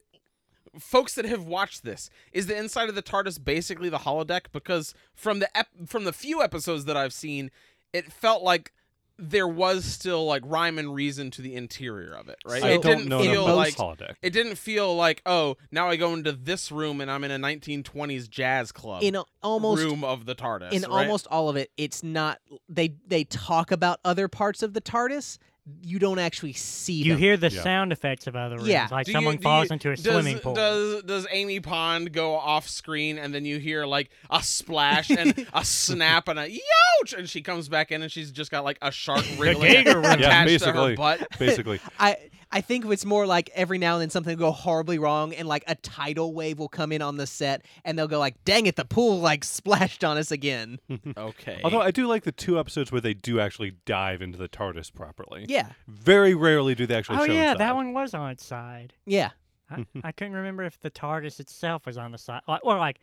D: folks that have watched this is the inside of the TARDIS basically the holodeck because from the ep- from the few episodes that I've seen, it felt like there was still like rhyme and reason to the interior of it, right?
B: So-
C: I
D: it
C: don't
D: didn't
C: know
D: feel
C: enough
D: like
C: about holodeck.
D: it didn't feel like oh now I go into this room and I'm in a 1920s jazz club
B: in a- almost
D: room of the TARDIS.
B: in
D: right?
B: almost all of it it's not they they talk about other parts of the TARDIS. You don't actually see
A: You
B: them.
A: hear the
C: Yeah.
A: sound effects of other rooms,
B: Yeah.
A: like
D: Do you-
A: someone
D: do
A: falls
D: you-
A: into a
D: does,
A: swimming pool.
D: Does does Amy Pond go off screen and then you hear like a splash and a snap and a youch and she comes back in and she's just got like a shark wriggling
A: Geiger room.
D: attached
C: Yeah,
D: to her
C: basically.
D: butt.
C: basically.
B: I I think it's more like every now and then something will go horribly wrong, and like a tidal wave will come in on the set, and they'll go like, "Dang it, the pool like splashed on us again."
D: Okay.
C: Although I do like the two episodes where they do actually dive into the TARDIS properly.
B: yeah,
C: Very rarely do they actually
A: Oh
C: show
A: yeah,
C: inside.
A: that one was on its side.
B: yeah,
A: I,
D: Hmm.
A: I couldn't remember if the TARDIS itself was on the side, like, or like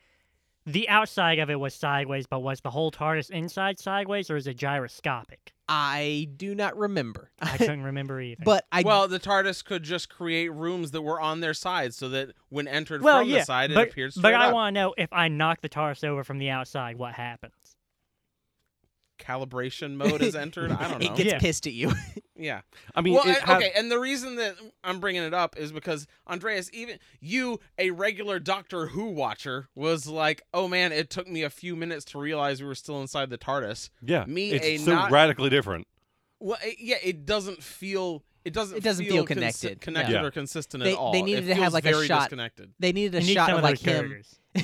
A: the outside of it was sideways, but was the whole TARDIS inside sideways, or is it gyroscopic?
B: I do not remember,
A: I couldn't remember either.
B: but I
D: well, the TARDIS could just create rooms that were on their side, so that when entered
A: well,
D: from
A: yeah,
D: the side,
A: but,
D: it appears.
A: but
D: straight
A: I
D: up.
A: want to know if I knock the TARDIS over from the outside, what happens?
D: calibration mode is entered. I don't know.
B: it gets
A: Yeah.
B: pissed at you.
D: yeah.
C: I mean,
D: well,
C: it
D: I-
C: ha-
D: okay, and the reason that I'm bringing it up is because Andreas, even you, a regular Doctor Who watcher, was like, "Oh man, it took me a few minutes to realize we were still inside the TARDIS."
C: yeah,
D: me,
C: it's
D: a
C: so
D: not-
C: radically different.
D: Well, it, yeah, it doesn't feel it doesn't
B: It doesn't feel
D: consi-
B: connected,
D: connected
C: yeah.
D: or consistent
B: They-
D: at all.
B: they
D: It
B: needed to have,
D: feels
B: like, a
D: very
B: shot.
D: disconnected.
B: They needed a
A: you need
B: shot
A: some of
B: of like
A: those
B: him.
A: burgers.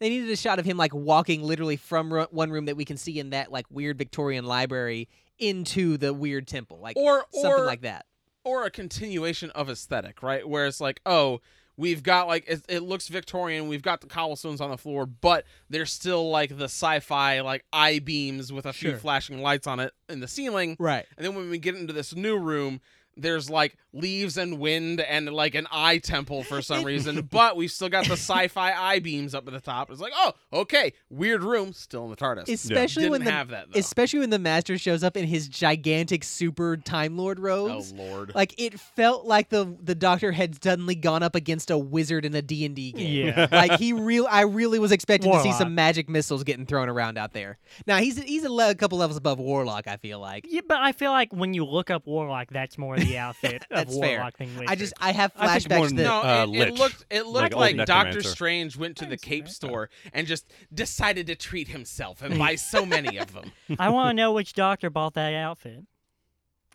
B: they needed a shot of him like walking literally from ro- one room that we can see in that like weird Victorian library into the weird temple, like
D: Or or
B: something like that.
D: or a continuation of aesthetic, right? Where it's like, oh, we've got like it, it looks Victorian, we've got the cobblestones on the floor, but there's still like the sci-fi like eye beams with a few
B: Sure.
D: flashing lights on it in the ceiling.
B: Right.
D: And then when we get into this new room, there's like leaves and wind and like an eye temple for some reason, but we've still got the sci-fi eye beams up at the top. It's like, oh, okay, weird room, still in the TARDIS.
B: Especially
D: Didn't
B: when the
D: have that though.
B: especially when the master shows up in his gigantic super time lord
D: oh
B: robes.
D: lord.
B: Like it felt like the the doctor had suddenly gone up against a wizard in a D and D game.
A: Yeah.
B: like he real I really was expecting to see
A: Warlock.
B: some magic missiles getting thrown around out there. Now he's he's a, le- a couple levels above warlock. I feel like
A: Yeah, but I feel like when you look up Warlock, that's more the outfit of
B: That's fair.
A: Warlock than
B: I
A: Wizard.
B: just I have
C: I
B: flashbacks
C: think more
B: to
C: than-
D: No,
C: uh,
D: it, it
C: Lich,
D: looked it
C: like
D: looked
C: old
D: like, Doctor
C: necromancer.
D: Strange went to the
A: Thanks,
D: Cape
A: Samantha.
D: store and just decided to treat himself and buy so many of them.
A: I want to know which doctor bought that outfit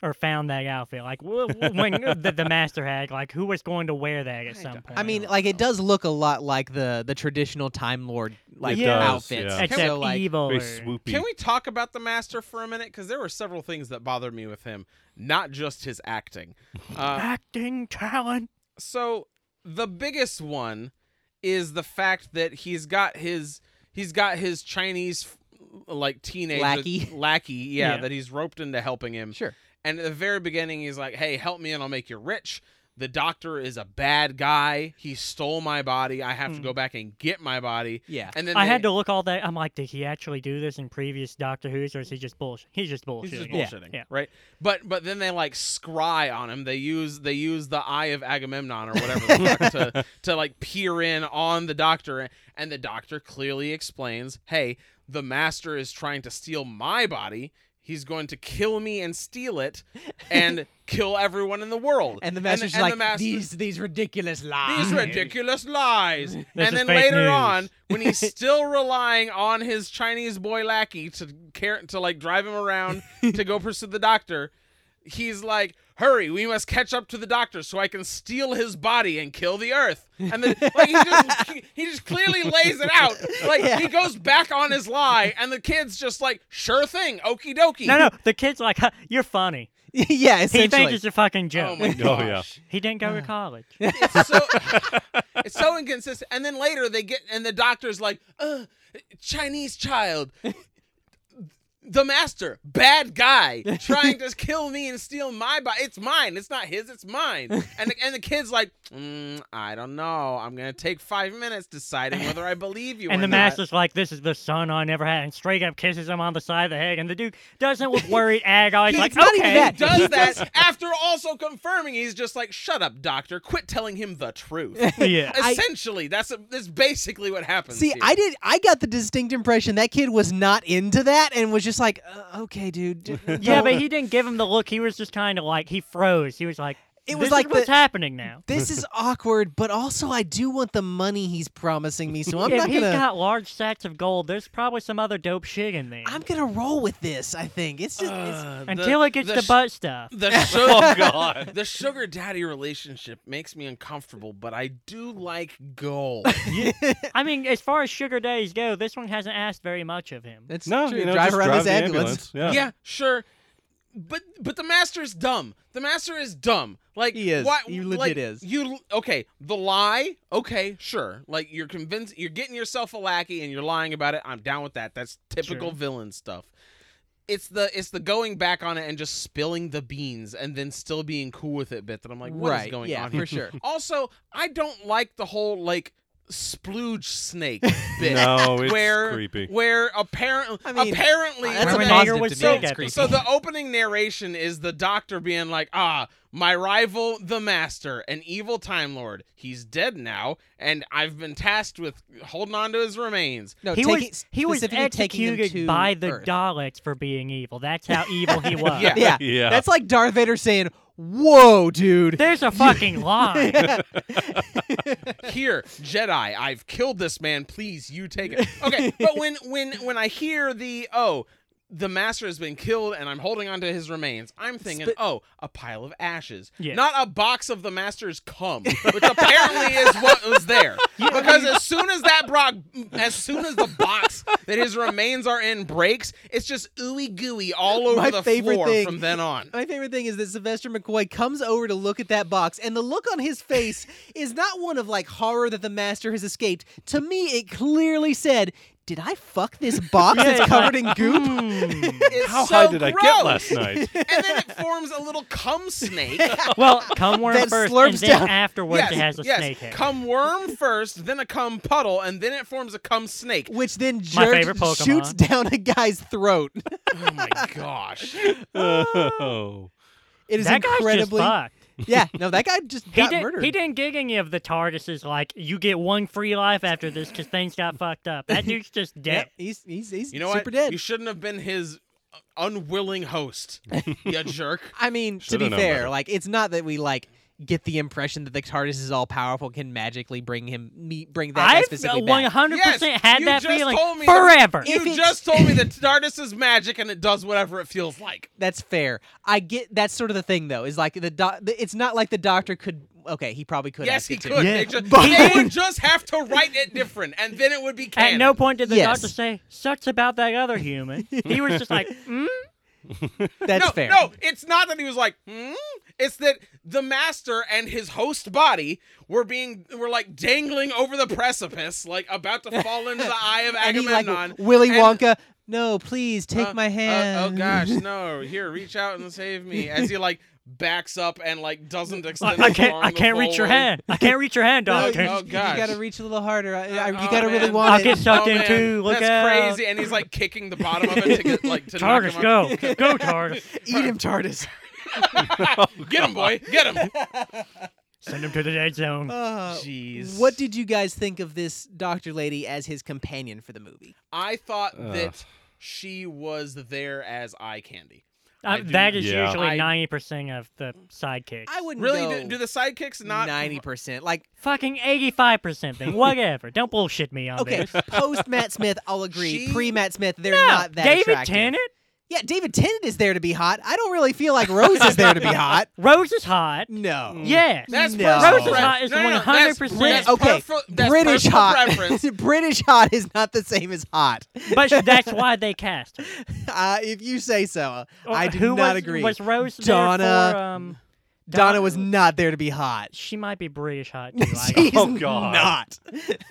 A: or found that outfit. Like wh- wh- when the, the master had, like who was going to wear that at
D: I
A: some
D: don't-
A: point.
B: I mean, like it does look a lot like the the traditional Time Lord like
C: It does,
B: outfits.
C: yeah.
A: except
B: So like,
A: evil.
C: Very
A: or-
C: swoopy.
D: Can we talk about the Master for a minute? Because there were several things that bothered me with him, not just his acting. Uh,
A: acting talent.
D: so the biggest one is the fact that he's got his he's got his Chinese like teenager
B: Lackey.
D: lackey, yeah,
A: Yeah.
D: that he's roped into helping him.
B: sure,
D: And at the very beginning, he's like, hey, help me and I'll make you rich. The doctor is a bad guy. He stole my body. I have to
B: Hmm.
A: Mm.
D: go back and get my body.
B: yeah.
D: And then
A: I
D: they-
A: had to look all that. I'm like, did he actually do this in previous Doctor Who's, or is he just bullshit? He's just bullshitting.
D: He's just
A: Yeah,
D: bullshitting,
A: Yeah.
D: right? But but then they like scry on him. They use they use the eye of Agamemnon or whatever the fuck to to like peer in on the doctor, and the doctor clearly explains, "Hey, the master is trying to steal my body. He's going to kill me and steal it, and kill everyone in the world."
B: And the master's
D: and
B: like
D: the master-
B: these these ridiculous lies.
D: these ridiculous lies. and
A: This is
D: then
A: fake
D: later
A: news.
D: on, when he's still relying on his Chinese boy lackey to care to like drive him around to go pursue the doctor, he's like, "Hurry, we must catch up to the doctor so I can steal his body and kill the Earth." And then like he just he, he just clearly lays it out. Like he goes back on his lie, and the kid's just like, "Sure thing, okie dokie."
A: No, no. The kid's like, huh, you're funny.
B: yeah,
A: He thinks
B: essentially.
A: it's a fucking
D: Oh
A: joke.
D: my
C: Oh,
D: gosh.
C: yeah.
A: he didn't go to college.
D: it's so it's so inconsistent. And then later they get and the doctor's like, uh, Chinese child. The master, bad guy, trying to kill me and steal my body. It's mine. It's not his. It's mine. And the, and the kid's like, mm, I don't know. I'm gonna take five minutes deciding whether I believe you.
A: And
D: or
A: the
D: not.
A: master's like, "This is the son I never had," and straight up kisses him on the side of the head. And the dude doesn't look worried at all. He's
B: It's
A: like,
B: not even
A: "Okay,
B: that.
D: does that after also confirming he's just like, shut up, doctor. Quit telling him the truth.
A: yeah."
B: I-
D: Essentially, that's a, that's basically what happens.
B: See,
D: here.
B: I did. I got the distinct impression that kid was not into that and was just like, uh, okay, dude. d-
A: Yeah,
B: don't-
A: but he didn't give him the look. He was just kind of like he froze. He was like,
B: It
A: "It
B: was
A: was
B: like
A: what's
B: the-
A: happening now."
B: This is awkward, but also I do want the money he's promising me, so I'm
A: if
B: not
A: he's
B: gonna.
A: got large sacks of gold, there's probably some other dope shit in there.
B: I'm gonna roll with this. I think it's just. it's-
D: Uh, the-
A: Until it gets
D: the
A: to
D: sh-
A: butt stuff.
D: The sugar,
C: God.
D: the sugar daddy relationship makes me uncomfortable, but I do like gold.
A: I mean, as far as sugar days go, this one hasn't asked very much of him.
B: it's
C: No,
B: true.
C: you know,
B: drive
C: just
B: around
C: drive
B: his
C: the
B: ambulance.
C: Yeah.
D: yeah, sure. but but the master is dumb. The master is dumb. Like
B: He is.
D: Why,
B: He
D: like,
B: legit is.
D: You okay? The lie. Okay, sure. Like you're convinced. You're getting yourself a lackey, and you're lying about it. I'm down with that. That's typical
A: Sure.
D: villain stuff. It's the it's the going back on it and just spilling the beans and then still being cool with it bit that I'm like, what's
B: right.
D: going
B: yeah,
D: on here?
B: for sure.
D: Also, I don't like the whole like splooge snake bit.
B: Oh,
C: No, it's
D: where
C: creepy.
D: where apparently
B: I mean,
D: apparently
B: That's a
A: Herman
D: they-
A: Hager
B: positive
A: was
B: to me.
A: so-
B: It's
A: so
B: creepy.
D: so the opening narration is the doctor being like, "Ah, my rival, the master, an evil time lord. He's dead now, and I've been tasked with holding on to his remains."
B: no,
A: he
B: taking,
A: was he was
B: specifically taking him to
A: executed by the
B: Earth.
A: Daleks for being evil. That's how evil he was.
D: Yeah.
B: Yeah.
C: Yeah.
B: That's like Darth Vader saying, "Whoa, dude."
A: There's a fucking line.
D: Here, Jedi, I've killed this man. Please, you take it. Okay, but when when when I hear the oh. The master has been killed, and I'm holding on to his remains. I'm thinking,
B: Sp-
D: oh, a pile of ashes,
A: Yeah.
D: not a box of the master's cum, which apparently is what was there. Because as soon as that brock, as soon as the box that his remains are in breaks, it's just ooey gooey all over
B: My
D: the
B: favorite
D: floor
B: thing-
D: from then on.
B: My favorite thing is that Sylvester McCoy comes over to look at that box, and the look on his face is not one of like horror that the master has escaped. To me, it clearly said, "Did I fuck this box that's covered in goop?"
A: Hmm.
D: It's
C: How
D: so
C: high did I
D: gross.
C: get last night?
D: And then it forms a little cum snake.
A: Well, cum worm
B: That
A: first, and
B: slurps
A: then
B: down.
A: afterwards it has a
D: yes.
A: snake head.
D: Cum worm first, then a cum puddle, and then it forms a cum snake.
B: Which then
A: My
B: jerks,
A: favorite Pokemon.
B: shoots down a guy's throat.
D: Oh my gosh.
C: oh.
B: It is
A: that guy's
B: incredibly.
A: just fucked.
B: yeah, no, that guy just
A: He,
B: got
A: did,
B: murdered.
A: he didn't gig any of the Targuses like, you get one free life after this because things got fucked up. That dude's just dead.
B: Yep, he's he's he's
D: You know
B: super
D: what?
B: dead.
D: You shouldn't have been his uh, unwilling host. you jerk.
B: I mean,
C: Shoulda
B: to be
C: known
B: fair,
C: better.
B: like it's not that we like get the impression that the TARDIS is all powerful can magically bring him me bring that guy
A: I've uh,
B: specifically back.
A: 100%
D: Yes,
A: had
D: you
A: that
D: just
A: feeling
D: told me that-
A: forever.
B: If
D: you
B: it's-
D: just told me that TARDIS is magic and it does whatever it feels like.
B: That's fair. I get that's sort of the thing though. Is like the doc. the- It's not like the doctor could. Okay, he probably could.
D: yes,
B: ask
D: he
B: it to-
D: could.
A: Yeah,
D: They, just,
B: but-
D: they would just have to write it different, and then it would be canon.
A: At no point did the
B: Yes.
A: doctor say, sucks about that other human. he was just like, mm?
B: That's
D: no,
B: fair.
D: No, it's not that he was like, hmm? It's that the master and his host body were being were like dangling over the precipice, like about to fall into the eye of
B: and he like
D: Agamemnon.
B: Willy
D: and-
B: Wonka. No, please take
D: Uh,
B: my
D: uh,
B: hand.
D: oh gosh, no! Here, reach out and save me. As he like backs up and like doesn't extend.
A: I
D: his
A: can't,
D: arm
A: I
D: the
A: can't
D: full
A: reach your
D: way.
A: hand. I can't reach your hand,
B: No,
A: doctor.
B: you,
D: Oh,
B: you
D: gosh.
B: gotta reach a little harder. I, I,
D: Uh,
B: you
D: oh,
B: gotta really
D: man.
B: want
A: I'll
B: it.
A: get
D: Oh,
A: sucked in
D: man,
A: too. Look
D: that's
A: out.
D: crazy. And he's like kicking the bottom of it to get like to knock
A: Targus,
D: him
A: go.
D: up.
A: go, Targus.
B: Eat him, TARDIS.
D: get him, boy. Get him.
A: Send him to the dead zone.
B: Uh,
D: Jeez.
B: What did you guys think of this Doctor Lady as his companion for the movie?
D: I thought
C: Ugh.
D: that she was there as eye candy. I
A: Uh,
D: do-
A: that is
C: Yeah.
A: usually
D: I-
A: 90% of the sidekicks.
B: I wouldn't
D: Really?
B: go
D: Do, do the sidekicks not?
B: ninety percent. Like
A: Fucking 85% thing. Whatever. Don't bullshit me on
B: okay,
A: this.
B: post Matt Smith, I'll agree.
D: She-
B: Pre Matt Smith, they're
A: No,
B: not that
A: David
B: attractive.
A: Tennant?
B: Yeah, David Tennant is there to be hot. I don't really feel like Rose is there to be hot.
A: Rose is hot.
B: No.
A: Yes.
D: That's
B: No.
D: personal
B: Rose is
D: preference.
A: hot is
D: No, no, no,
A: 100%.
D: That's, that's
B: Mm. okay,
D: perfe- that's
B: British
D: personal
B: hot.
D: Preference.
B: British hot is not the same as hot.
A: But sh- that's why they cast her.
B: Uh, if you say so,
A: Or
B: I do
A: Oh, who
B: not
A: was,
B: agree.
A: Was Rose there
B: Donna-
A: for, um,
B: Donna was not there to be hot.
A: She might be British hot too. I,
B: She's
C: Oh, God.
B: not.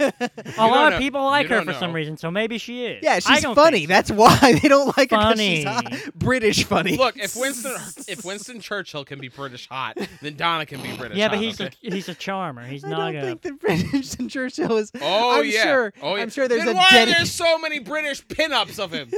A: a lot
D: don't
A: of
D: know.
A: people like
D: You
A: her
D: don't
A: for some
D: know.
A: reason, so maybe she is.
B: Yeah,
A: I
B: she's
A: don't
B: funny.
A: think
B: That's why they don't like her. 'cause She's
A: Funny.
B: hot. British funny.
D: Look, if Winston if Winston Churchill can be British hot, then Donna can be British
A: yeah,
D: hot.
A: but he's
D: okay?
A: a, he's a charmer. He's
B: I
A: not
B: don't
A: gonna.
B: think that Winston Churchill is.
D: Oh
B: I'm
D: yeah.
B: Sure,
D: Oh yeah.
B: I'm sure there's
D: then
B: a
D: why are
B: dedicated.
D: there so many British pinups of him?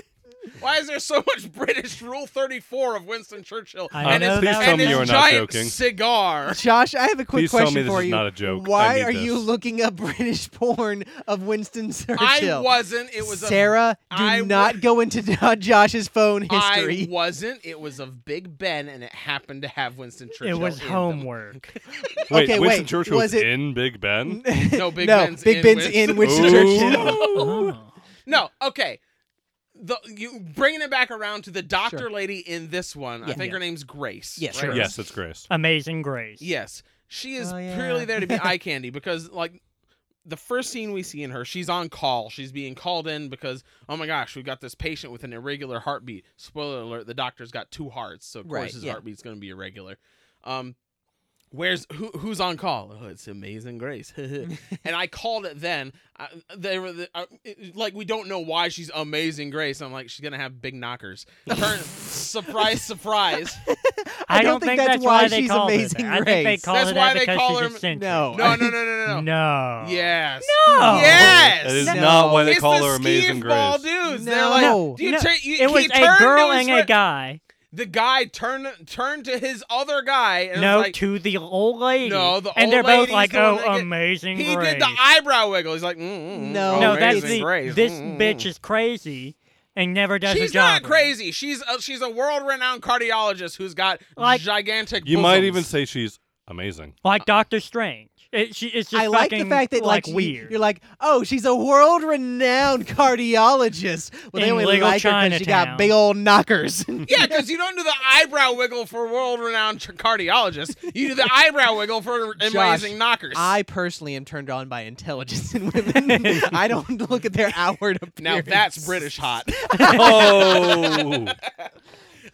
D: Why is there so much British Rule 34 of Winston Churchill
A: I
D: and his,
A: know that
D: and
A: one.
D: his
A: You're
C: not
D: giant
C: joking.
D: cigar?
B: Josh, I have a quick
C: Please tell
B: question
C: me this
B: for
C: is
B: you.
C: not a joke. I
B: Why
C: need
B: are you
C: this.
B: looking up British porn of Winston Churchill?
D: I wasn't. It was a
B: Sarah. Do
D: I wa-
B: not go into Jo- Josh's phone
D: I
B: history.
D: wasn't. It was of Big Ben, and it happened to have Winston
A: it
D: Churchill.
A: was
D: in them.
A: homework.
C: Wait,
B: Okay,
C: Winston
B: wait,
C: Churchill was,
B: was it-
C: in Big Ben?
D: No, Big
B: no,
D: Ben's
B: Big
D: in
B: Ben's
D: Winston.
B: in Winston
C: Ooh.
B: Churchill.
A: Oh.
D: No, okay. The you bringing it back around to the doctor
B: Sure.
D: lady in this one. I
B: Yeah.
D: think
B: Yeah.
D: her name's Grace.
B: Yeah,
D: right?
B: sure.
C: yes, it's Grace.
A: Amazing Grace.
D: Yes, she is
B: Oh, yeah.
D: purely there to be eye candy because like the first scene we see in her, she's on call. She's being called in because, oh my gosh, we've got this patient with an irregular heartbeat. Spoiler alert: the doctor's got two hearts, so of course
B: Right,
D: his
B: yeah.
D: heartbeat's going to be irregular. Um, where's who, who's on call? Oh, it's Amazing Grace. and I called it then. I, they were the, I, it- like, we don't know why she's Amazing Grace. I'm like, she's gonna have big knockers. Turn, surprise, surprise.
A: I, don't
B: don't think
A: think,
B: that's
A: that's, why,
B: why
A: they
B: she's
A: called
B: Amazing
A: her that. I think they
B: Grace.
A: call
D: That's
A: her
D: why
A: that
D: they
A: because
D: call
A: she's
D: her-
A: eccentric.
B: No,
D: No, no, no, no, no, no.
A: No.
D: Yes.
A: No.
D: Yes.
C: That is
B: No.
C: not why they
D: it's
C: call
D: the
C: her Amazing
D: skeeveball
C: Grace.
D: dudes.
B: No.
D: They're like,
B: No.
D: do you
A: No,
D: turn- you-
A: It was
D: he
A: a
D: turned to
A: girl
D: his
A: and a
D: friend-
A: guy.
D: The guy turned turned to his other guy and
A: No,
D: was like,
A: to the old lady.
D: No, the old
A: and they're both
D: lady's
A: like,
D: the one
A: "Oh,
D: that get-
A: amazing
D: he
A: grace."
D: did the eyebrow wiggle. He's like, mm, mm,
B: No,
A: no, that's
D: amazing
A: the
D: grace.
A: this
D: mm, mm,
A: bitch
D: mm."
A: is crazy and never does her
D: She's
A: job.
D: not
A: right.
D: crazy. She's a, she's a world renowned cardiologist who's got
A: Like-
D: gigantic.
C: You might
D: bosoms.
C: even say she's amazing.
A: Like Doctor Strange. It, she it's just
B: I like the
A: fucking,
B: fact that like,
A: like
B: she-
A: weird.
B: You're like, oh, she's a world-renowned cardiologist. Well, they
A: In
B: only
A: legal
B: like her because she got
A: Chinatown.
B: big old knockers.
D: Yeah, because you don't do the eyebrow wiggle for world renowned cardiologist. You do the eyebrow wiggle for
B: Josh,
D: amazing knockers.
B: I personally am turned on by intelligence in women. I don't look at their outward
D: now
B: appearance.
D: that's British hot.
C: oh,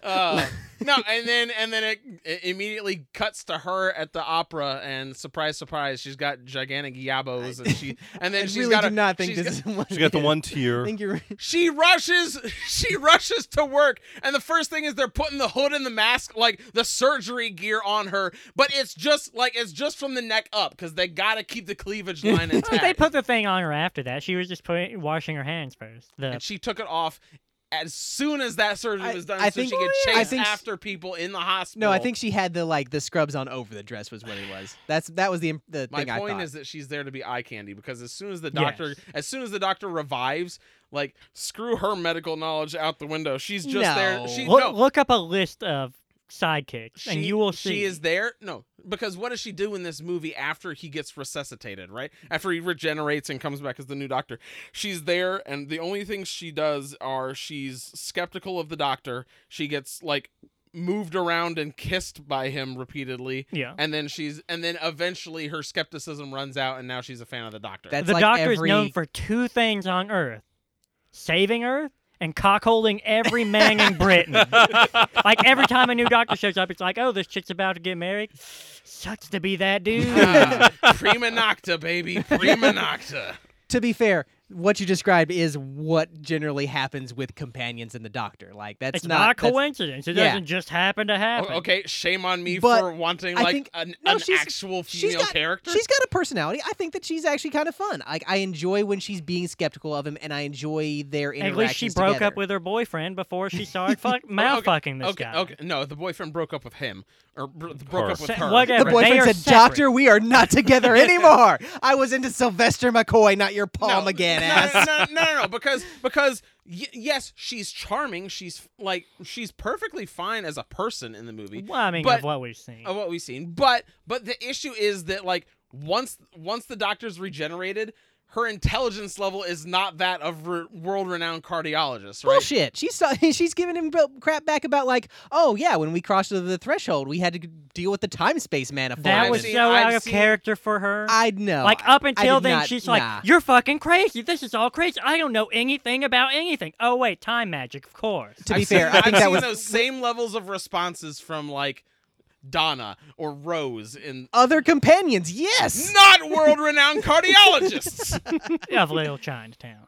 D: Uh, no, and then and then it, it immediately cuts to her at the opera, and surprise, surprise, she's got gigantic yabos, and she and then
B: I
D: she's
B: really
D: got
B: do
D: a,
B: not think
D: she's
B: this
D: got-
B: is what
C: she got the
B: it
C: one
B: is. I
C: tear.
B: think you're.
D: she rushes she rushes to work and the first thing is they're putting the hood and the mask like the surgery gear on her but it's just like it's just from the neck up because they gotta keep the cleavage line
A: Well, they
D: intact
A: put the thing on her after that. She was just putting, washing her hands first. The,
D: and she took it off as soon as that surgery
B: I-
D: was done
B: I
D: so
B: think-
D: she could
B: I
D: chase
B: think s-
D: after people in the hospital
B: No, I think she had the like the scrubs on over the dress was what it was. That's that was the im- the
D: my
B: thing I
D: point
B: thought.
D: is that she's there to be eye candy because as soon as the doctor
A: Yes.
D: as soon as the doctor revives like screw her medical knowledge out the window she's just
B: No.
D: there she
A: look,
D: no.
A: look up a list of sidekicks, and you will see.
D: she is there. No, because what does she do in this movie after he gets resuscitated? Right after he regenerates and comes back as the new doctor, she's there, and the only things she does are she's skeptical of the doctor. She gets like moved around and kissed by him repeatedly,
A: yeah.
D: and then she's and then eventually her skepticism runs out, and now she's a fan of the doctor.
B: That's
A: the
B: like
A: doctor
B: every-
A: is known for two things on Earth: saving Earth and cockholding every man in Britain. like every time a new doctor shows up, it's like, "Oh, this chick's about to get married. Sucks to be that dude."
D: Ah, prima nocta, baby, prima nocta.
B: to be fair, what you described is what generally happens with companions and the doctor. Like that's
A: it's not, a
B: that's-
A: coincidence. It
B: yeah.
A: doesn't just happen to
D: O-
A: happen.
D: Oh, Okay, shame on me
B: But
D: for wanting
B: I
D: like
B: think-
D: an,
B: no,
D: an
B: she's-
D: actual
B: she's
D: female
B: got-
D: character.
B: She's got a personality. I think that she's actually kind of fun. Like I enjoy when she's being skeptical of him, and I enjoy their
A: At
B: interactions.
A: least she broke
B: together.
A: up with her boyfriend before she started fuck-
D: Oh,
A: mouth fucking this
D: okay,
A: guy.
D: Okay, no, the boyfriend broke up with him, or bro- broke up with
A: Sa-
D: her.
A: whatever. they
B: the boyfriend
A: are
B: said,
A: separate.
B: "Doctor, we are not together anymore. I was into Sylvester McCoy, not your
D: No,
B: palm again,
D: no,
B: ass."
D: No, no, no, no, no, because because y- yes, she's charming. She's like she's perfectly fine as a person in the movie
A: Well, I mean,
D: But- Oh,
A: of what we've seen.
D: of what we've seen. But but the issue is that like once once the doctor's regenerated, her intelligence level is not that of re- world renowned cardiologists, right?
B: Bullshit. She's she's giving him bu- crap back about like, oh yeah, when we crossed the- the threshold, we had to g- deal with the time space manifold.
A: that
D: I've
A: was
D: seen-
A: so
D: I've
A: out of
D: seen-
A: character for her.
B: I know.
A: Like up
B: I did
A: until then,
B: not-
A: she's like,
B: nah.
A: "You're fucking crazy. This is all crazy. I don't know anything about anything." Oh wait, time magic, of course.
B: to be
D: I've
B: fair,
D: seen,
B: I think
D: have
B: that
D: seen
B: was
D: those same levels of responses from like Donna or Rose in
B: other companions. Yes,
D: not world renowned cardiologists.
A: of Little Chinatown.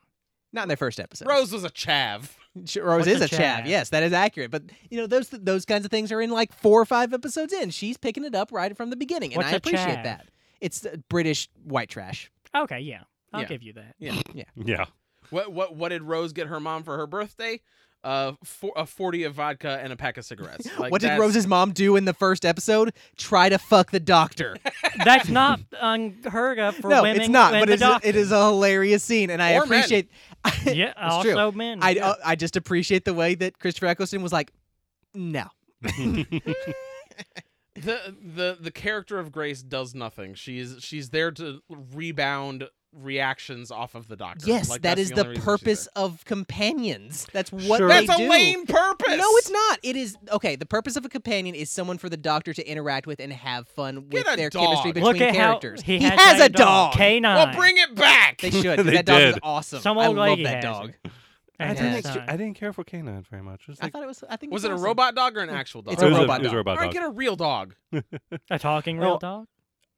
B: not in their first episode.
D: Rose was a chav.
B: Ch- Rose
A: What's
B: is
A: a
B: a chav.
A: chav?
B: Yes, that is accurate. But you know those those kinds of things are in like four or five episodes in. She's picking it up right from the beginning, and
A: What's
B: I
A: a
B: appreciate
A: chav?
B: that. It's uh, British white trash.
A: Okay, yeah, I'll
D: Yeah.
A: give you that.
C: yeah.
D: What what what did Rose get her mom for her birthday? Uh, for, a forty of vodka and a pack of cigarettes. Like
B: what did
D: that's-
B: Rose's mom do in the first episode? Try to fuck the doctor.
A: That's not unheard of for
B: no,
A: women.
B: it's not.
A: and
B: But
A: the
B: it's a, it
A: doctor.
B: is a hilarious scene, and I
D: Or men.
B: appreciate.
A: Yeah,
B: It's
A: also
B: true.
A: men.
B: I
A: yeah.
B: uh, I just appreciate the way that Christopher Eccleston was like, no.
D: the the the character of Grace does nothing. She's she's there to rebound reactions off of the doctor.
B: Yes,
D: Like,
B: that
D: that's
B: is
D: the,
B: the,
D: only reason she's
B: purpose of companions. That's what
C: Sure.
D: there.
B: they
D: That's
B: do.
D: a lame purpose.
B: No, it's not. It is okay. The purpose of a companion is someone for the doctor to interact with and have fun with
D: Get a
B: their
D: dog.
B: chemistry between
A: Look at
B: characters.
A: how he,
B: has,
A: has,
B: a
A: that
B: dog.
A: K nine.
D: Well, bring it back.
B: They should. 'cause
C: They
B: that dog is
C: did.
B: awesome.
A: Some
B: I
A: old
B: love
A: lady has
B: that
A: it.
B: dog.
C: I
A: At
B: Yes.
C: didn't,
A: that
C: like-
A: time.
C: I didn't care for canine very much. It's
B: I
C: like,
B: thought it was. I think
D: was
B: it's
D: it a
B: awesome.
D: robot dog or an actual dog?
B: It's
C: it
B: a
C: was
B: robot
C: it was
B: dog.
C: a robot
D: All right,
C: dog.
D: get a real dog.
A: a talking
C: Well,
A: real dog.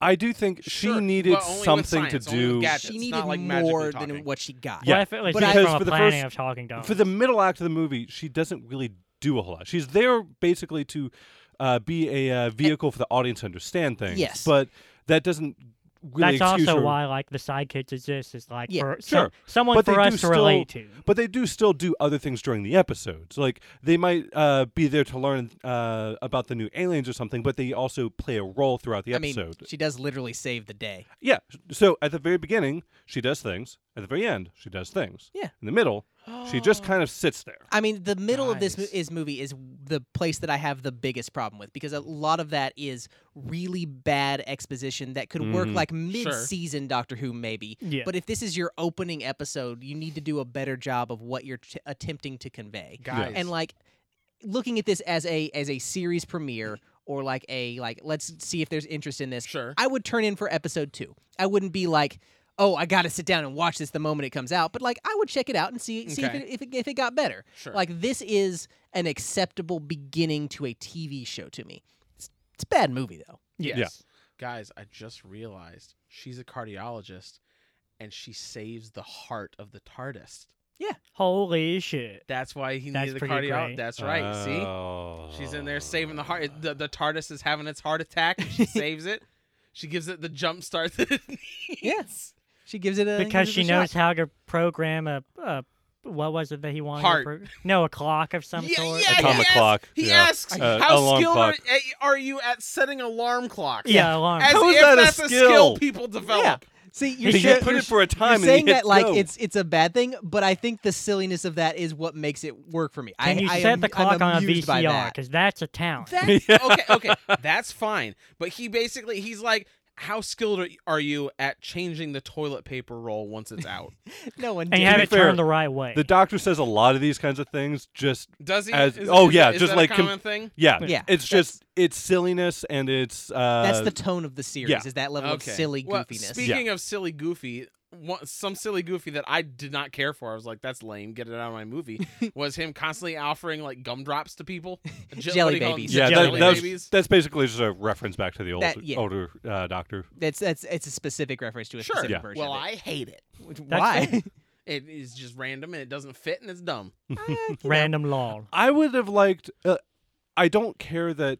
C: I do think
D: Sure,
C: she needed
D: but only with
C: something to
D: science, only with
C: do
D: gadgets.
B: She
D: It's
B: needed
D: not like magically
B: more
D: talking.
B: than what she got.
C: Yeah,
A: well, I feel like
B: but
A: she's
B: I-
C: because
A: from
C: for
A: a
C: the
A: planet
C: first-
A: of talking dogs.
C: for the middle act of the movie. She doesn't really do a whole lot. She's there basically to uh, be a uh, vehicle for the audience to understand things.
B: Yes.
C: but that doesn't really
A: That's
C: excuse
A: also
C: her.
A: why like the sidekicks exist is like
B: Yeah,
A: for
C: sure.
A: some, someone
C: But they
A: for
C: do
A: us to
C: still-
A: relate to.
C: But they do still do other things during the episodes. Like they might uh, be there to learn uh, about the new aliens or something, but they also play a role throughout the
B: I mean,
C: episode.
B: she does literally save the day.
C: yeah. So at the very beginning, she does things. At the very end, she does things.
B: Yeah.
C: In the middle, she just kind of sits there.
B: I mean, the middle of this mo-
D: Nice.
B: is movie is the place that I have the biggest problem with because a lot of that is really bad exposition that could work
D: Mm-hmm.
C: Mhm.
B: like mid-season Doctor Who maybe.
A: Yeah.
B: But if this is your opening episode, you need to do a better job of what you're t- attempting to convey.
D: Guys,
B: And like looking at this as a as a series premiere or like a like let's see if there's interest in this.
D: Sure.
B: I would turn in for episode 2. I wouldn't be like Oh, I gotta sit down and watch this the moment it comes out. But like, I would check it out and see see if,
D: Okay.
B: it, if, it, if it got better.
D: sure.
B: Like this is an acceptable beginning to a TV show to me. It's, it's a bad movie though.
D: yes.
C: Yeah.
D: Guys, I just realized she's a cardiologist, and she saves the heart of the TARDIS.
A: Holy shit!
D: That's why he
A: That's
D: needed the
A: pretty
D: cardiologist.
A: great.
D: That's right.
B: Ah.
D: See.
C: Oh.
D: She's in there saving the heart. it- The, the TARDIS is having its heart attack. and She saves it. She gives it the jump start. that it needs.
B: Yes, she gives it a
A: because
B: gives it
A: she
B: Uh, a
A: knows
B: shot.
A: how to program a, a what was it that he wanted? to
D: Heart.
A: pro- no, a clock of some sort.
D: he
C: Atomic
D: asks-
C: clock,
D: He
C: yeah.
D: asks,
C: Uh,
D: "How
C: alarm
D: skilled are,
C: clock.
D: eh, are you at setting alarm clocks?"
A: Yeah, alarm.
D: As
C: How is
D: if
C: that a
D: that's
C: skill?
D: people develop.
B: See,
C: You
B: you're,
A: He
B: sure-
A: should-
C: put
B: you're
C: it for a
B: You're
C: time
B: saying
C: and you hit
B: that like
C: go.
B: it's it's a bad thing, but I think the silliness of that is what makes it work for me.
A: Can
B: I,
A: you
B: I
A: set
B: am,
A: the clock
B: I'm
A: on a
B: amused by
A: VCR?
B: that.
A: Because that's a talent.
D: That's, okay, okay, that's fine. But he basically he's like, "How skilled are- are you at changing the toilet paper roll once it's out?"
B: No one
A: and
B: did.
A: you have
C: be
A: it
C: fair,
A: turned the right way.
C: The doctor says a lot of these kinds of things just
D: Does he?
C: As-
D: is,
C: oh,
D: is-
C: yeah,
D: is
C: just
D: that a
C: like com-
D: common thing.
C: yeah.
B: Yeah,
C: It's just it's silliness and it's uh
B: That's the tone of the series.
C: yeah.
B: Is that level
D: okay.
B: of silly
D: Well,
B: goofiness?
D: Speaking of silly goofy, one, some silly goofy that I did not care for. I was like, "That's lame. Get it out of my movie." was him constantly offering like gumdrops to people? Je-
B: Jelly
D: what do you call them?
B: babies.
C: yeah,
A: Jelly
C: that, that's,
D: babies.
C: that's basically just a reference back to the old,
B: That- yeah.
C: older uh, doctor.
B: that's that's it's a specific reference to a
D: Sure.
B: specific
C: Yeah.
B: version.
D: Well,
B: of
D: I hate it.
B: it.
A: That's
B: why?
D: It is just random and it doesn't fit and it's dumb.
A: Random law.
C: I would have liked. Uh, I don't care that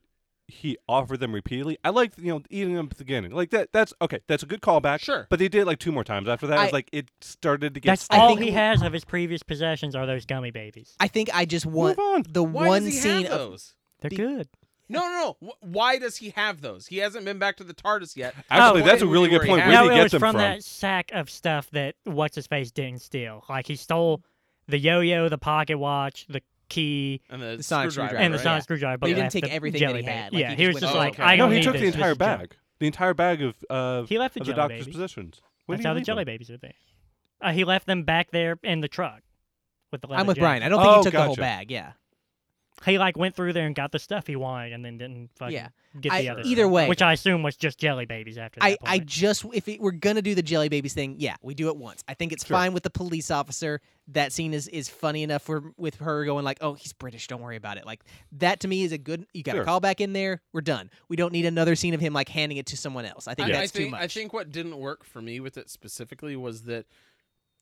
C: he offered them repeatedly. I liked you know eating them at the beginning like that. That's okay. That's a good callback.
D: Sure.
C: but they did it, like two more times after that.
B: I-
C: it's like it started to get.
A: That's
C: stale.
A: all
B: think it
A: he
B: w-
A: has of his previous possessions are those gummy babies.
B: I think I just want
C: Move on.
B: the
D: Why
B: one
D: does he
B: scene
D: have
B: of
D: those?
A: They're
B: Be-
A: good.
D: No, no, no. Wh- Why does he have those? He hasn't been back to the TARDIS yet.
C: Actually,
A: Oh,
C: that's a
D: where-
C: really
D: where
C: good
D: he
C: point.
D: had
C: Where
A: no,
C: did
A: it
C: he get
A: was
C: them
A: from, that sack of stuff that what's his face didn't steal. Like he stole the yo-yo, the pocket watch, the key,
D: And the,
B: The sonic
D: screwdriver.
B: Right,
A: and the
B: right.
A: sonic
B: Yeah.
A: screwdriver. But
B: he didn't
A: left
B: take
A: the
B: everything that
A: jelly
B: he
A: bag.
B: had, like,
A: yeah,
B: he
A: he,
B: just
A: was
B: went,
A: just
D: "Oh,
A: like,
D: okay."
A: I
C: no,
A: don't
C: he
A: need
C: took the
A: this, this
C: entire
A: is junk.
C: bag. The entire bag of uh, of
A: He left the
C: of the
A: jelly
C: doctor's
A: baby.
C: possessions. Where
A: That's
C: did
A: how
C: he
A: the
C: leave
A: jelly
C: them?
A: babies are there. Uh, he left them back there in the truck with the. Leather
B: I'm with
A: jacket.
B: Brian. I don't think
C: Oh,
B: he took the whole
C: gotcha.
B: bag. Yeah.
A: He like went through there and got the stuff he wanted, and then didn't fucking
B: Yeah.
A: get
B: I-
A: the other.
B: either
A: stuff,
B: way-
A: which I assume was just jelly babies after that.
B: I, I
A: point.
B: just if it, we're gonna do the jelly babies thing, yeah, we do it once. I think it's
C: Sure.
B: fine with the police officer. That scene is is funny enough for with her going like, "Oh, he's British, don't worry about it." Like that to me is a good. You got a
C: Sure.
B: call back in there. We're done. We don't need another scene of him like handing it to someone else. I think
D: I, I
B: that's
D: think,
B: too much.
D: I think what didn't work for me with it specifically was that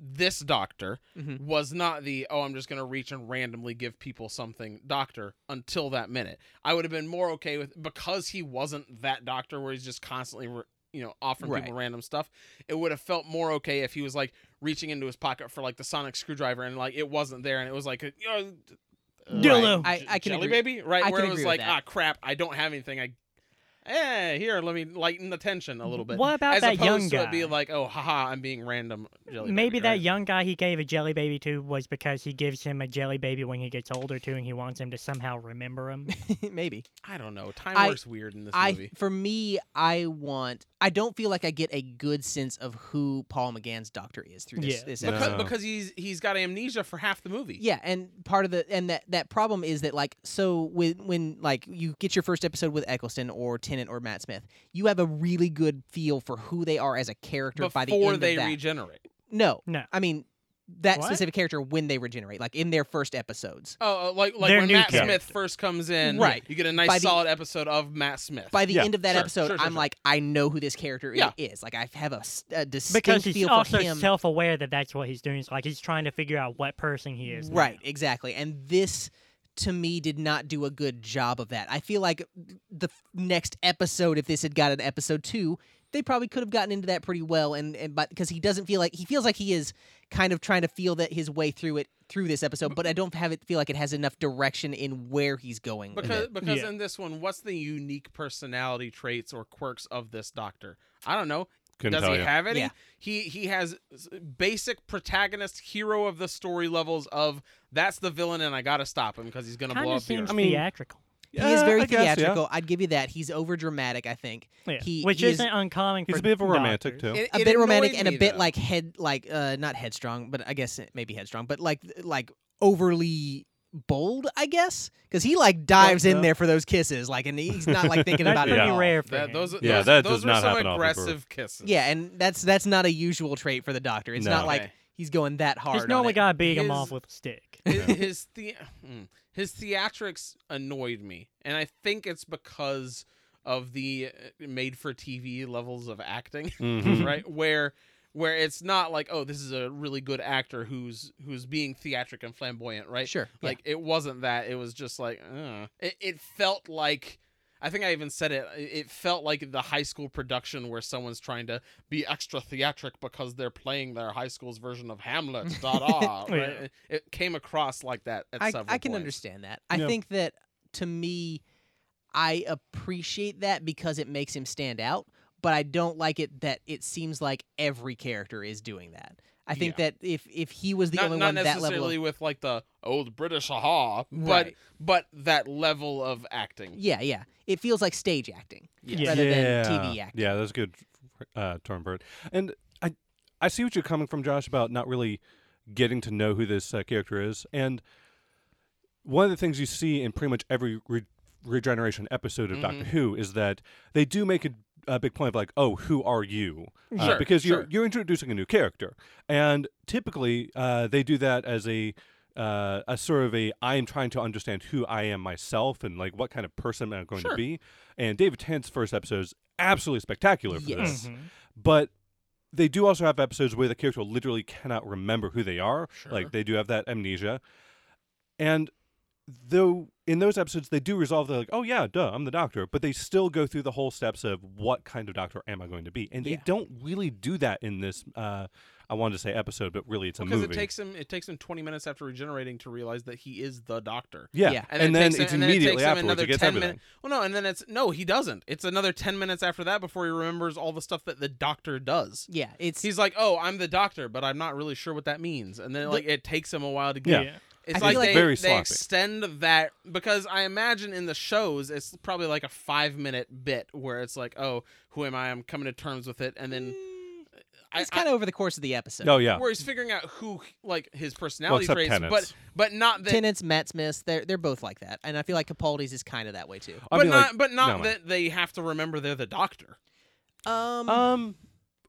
D: this doctor
B: Mhm.
D: was not the oh I'm just gonna reach and randomly give people something doctor until that minute. I would have been more okay with because he wasn't that doctor where he's just constantly re- you know offering people random stuff. It would have felt more okay if he was like reaching into his pocket for like the sonic screwdriver and like it wasn't there and it was like a, you know, uh,
A: Dildo.
D: right,
B: I- I can
D: jelly
B: agree-
D: baby right
B: I
D: where
B: can
D: it was
B: agree
D: like
B: with that.
D: ah crap I don't have anything I hey, here, let me lighten the tension a little bit.
A: What about
D: As
A: that
D: opposed
A: young
D: to it
A: guy?
D: being like, oh, haha, I'm being random. Jelly
A: Maybe
D: baby,
A: that
D: right?
A: young guy he gave a jelly baby to was because he gives him a jelly baby when he gets older too, and he wants him to somehow remember him.
B: Maybe.
D: I don't know. Time
B: I-
D: works weird in this
B: I
D: movie.
B: for me, I want. I don't feel like I get a good sense of who Paul McGann's doctor is through this.
A: Yeah.
B: this
D: Because,
B: episode.
C: No.
D: because he's he's got amnesia for half the movie.
B: Yeah, and part of the and that that problem is that like so when when like you get your first episode with Eccleston or Tennant or Matt Smith, you have a really good feel for who they are as a character
D: Before
B: by the end
D: they
B: of that.
D: regenerate.
B: no,
A: No.
B: I mean that
A: What?
B: specific character when they regenerate, like in their first episodes.
D: Oh, uh, like like
A: Their
D: when
A: new
D: Matt
A: character.
D: Smith first comes in,
B: Right.
D: You get a nice
B: By the-
D: solid episode of Matt Smith.
B: By the
C: Yeah,
B: end of that
D: sure,
B: episode,
D: sure, sure,
B: I'm
D: sure.
B: like, I know who this character i-
D: Yeah.
B: is. Like I have a, s- a distinct
A: because he's
B: feel
A: also
B: for him.
A: self-aware that that's what he's doing. It's like he's trying to figure out what person he is. now.
B: Right, exactly. And this to me did not do a good job of that. I feel like the f- next episode if this had gotten episode 2, they probably could have gotten into that pretty well and and but cuz he doesn't feel like he feels like he is kind of trying to feel that his way through it through this episode, but I don't have it feel like it has enough direction in where he's going. with
D: because
B: it.
D: because
A: Yeah.
D: in this one, what's the unique personality traits or quirks of this doctor? I don't know.
C: Couldn't
D: Does
C: tell
D: he
C: you.
D: have any?
B: Yeah.
D: He he has s- basic protagonist hero of the story levels of that's the villain and I gotta stop him because he's gonna
A: Kind
D: blow
A: of
D: up the
A: seems
D: earth.
C: I mean-
A: theatrical.
B: he is
C: Yeah,
B: very
C: uh, I guess, yeah.
B: theatrical. I'd give you that. He's over dramatic, I think.
A: Yeah.
B: He-
A: Which
B: he is-
A: isn't uncommon.
C: He's
A: for
C: a bit of a romantic
A: doctors.
C: too.
D: It-
B: a
D: it
B: bit romantic
D: annoyed
B: and a
D: me,
B: bit
D: though.
B: like head like uh not headstrong but i guess it- maybe headstrong but like like overly bold i guess because he like dives in
C: up.
B: there for those kisses like and he's not like thinking
A: That's
B: about it
A: pretty
B: at all.
A: rare for
D: That-
A: him.
D: those
C: Yeah,
D: those,
C: that
D: those
C: does
D: were
C: not
D: some
C: happen often for-
D: aggressive kisses.
B: yeah and that's that's not a usual trait for the doctor it's not
C: No.
B: like
D: Okay.
B: he's going that hard
A: he's
B: on
A: normally
B: it.
A: got to beat him
D: His-
A: off with a stick.
D: his his, the- mm. his theatrics annoyed me, and I think it's because of the made for TV levels of acting,
C: Mhm.
D: right? Where where it's not like, oh, this is a really good actor who's who's being theatric and flamboyant, right?
B: sure yeah.
D: Like it wasn't that. It was just like uh, it. It felt like. I think I even said it. i- It felt like the high school production where someone's trying to be extra theatric because they're playing their high school's version of Hamlet. Da da.
A: Yeah.
D: right? It- It came across like that at
B: I,
D: several
B: I can
D: points.
B: understand that. I
C: Yeah.
B: think that to me, I appreciate that because it makes him stand out, but I don't like it that it seems like every character is doing that. I think that if if he was the
D: Not,
B: only
D: not
B: one that level,
D: necessarily
B: of,
D: with like the old British aha, but
B: Right.
D: but that level of acting.
B: yeah, yeah, it feels like stage acting
A: Yeah.
B: rather
C: yeah.
B: than TV acting.
C: Yeah, that's a good uh, term for it. And I, I see what you're coming from, Josh, about not really getting to know who this uh, character is. And one of the things you see in pretty much every re- regeneration episode of Doctor Who is that they do make a, a big point of like, oh, who are you? Uh,
D: Sure,
C: because you're
D: sure.
C: you're introducing a new character, and typically uh, they do that as a uh, a sort of a I am trying to understand who I am myself and like what kind of person am I going
D: Sure.
C: to be. And David Tennant's first episode is absolutely spectacular for
B: Yes.
D: Mm-hmm.
C: this,
A: Mhm.
C: but they do also have episodes where the character literally cannot remember who they are. Like they do have that amnesia, and though in those episodes they do resolve they're like oh yeah duh i'm the doctor but they still go through the whole steps of what kind of doctor am i going to be and
B: Yeah.
C: they don't really do that in this uh i wanted to say episode but really it's a
D: Because
C: movie
D: it takes him it takes him 20 minutes after regenerating to realize that he is the doctor.
C: yeah.
B: Yeah.
C: and, then
D: takes him-
C: it's
D: and it
C: immediately
D: takes him
C: afterwards
D: another
C: it gets
D: 10
C: everything
D: minute- well, no, and then it's no, he doesn't. It's another ten minutes after that before he remembers all the stuff that the doctor does.
B: Yeah, it's
D: He's like, "Oh, I'm the doctor, but I'm not really sure what that means." And then like it takes him a while to get.
C: Yeah.
D: It's
B: I
D: like
B: feel
D: they,
B: like-
C: Very
D: they
C: sloppy.
D: extend that because I imagine in the shows it's probably like a five minute bit where it's like, "Oh, who am I? I'm coming to terms with it," and then I-
B: Mm. it's kind of over the course of the episode.
C: oh yeah
D: where he's figuring out who like his personality
C: except
D: traits, but
C: Tennant's.
D: but not that
B: Tennant's Matt Smith, they're they're both like that, and I feel like Capaldi's is kind of that way too.
D: but
C: I mean,
D: not
C: like,
D: but not
C: no, man.
D: that they have to remember they're the doctor.
B: Um,
C: um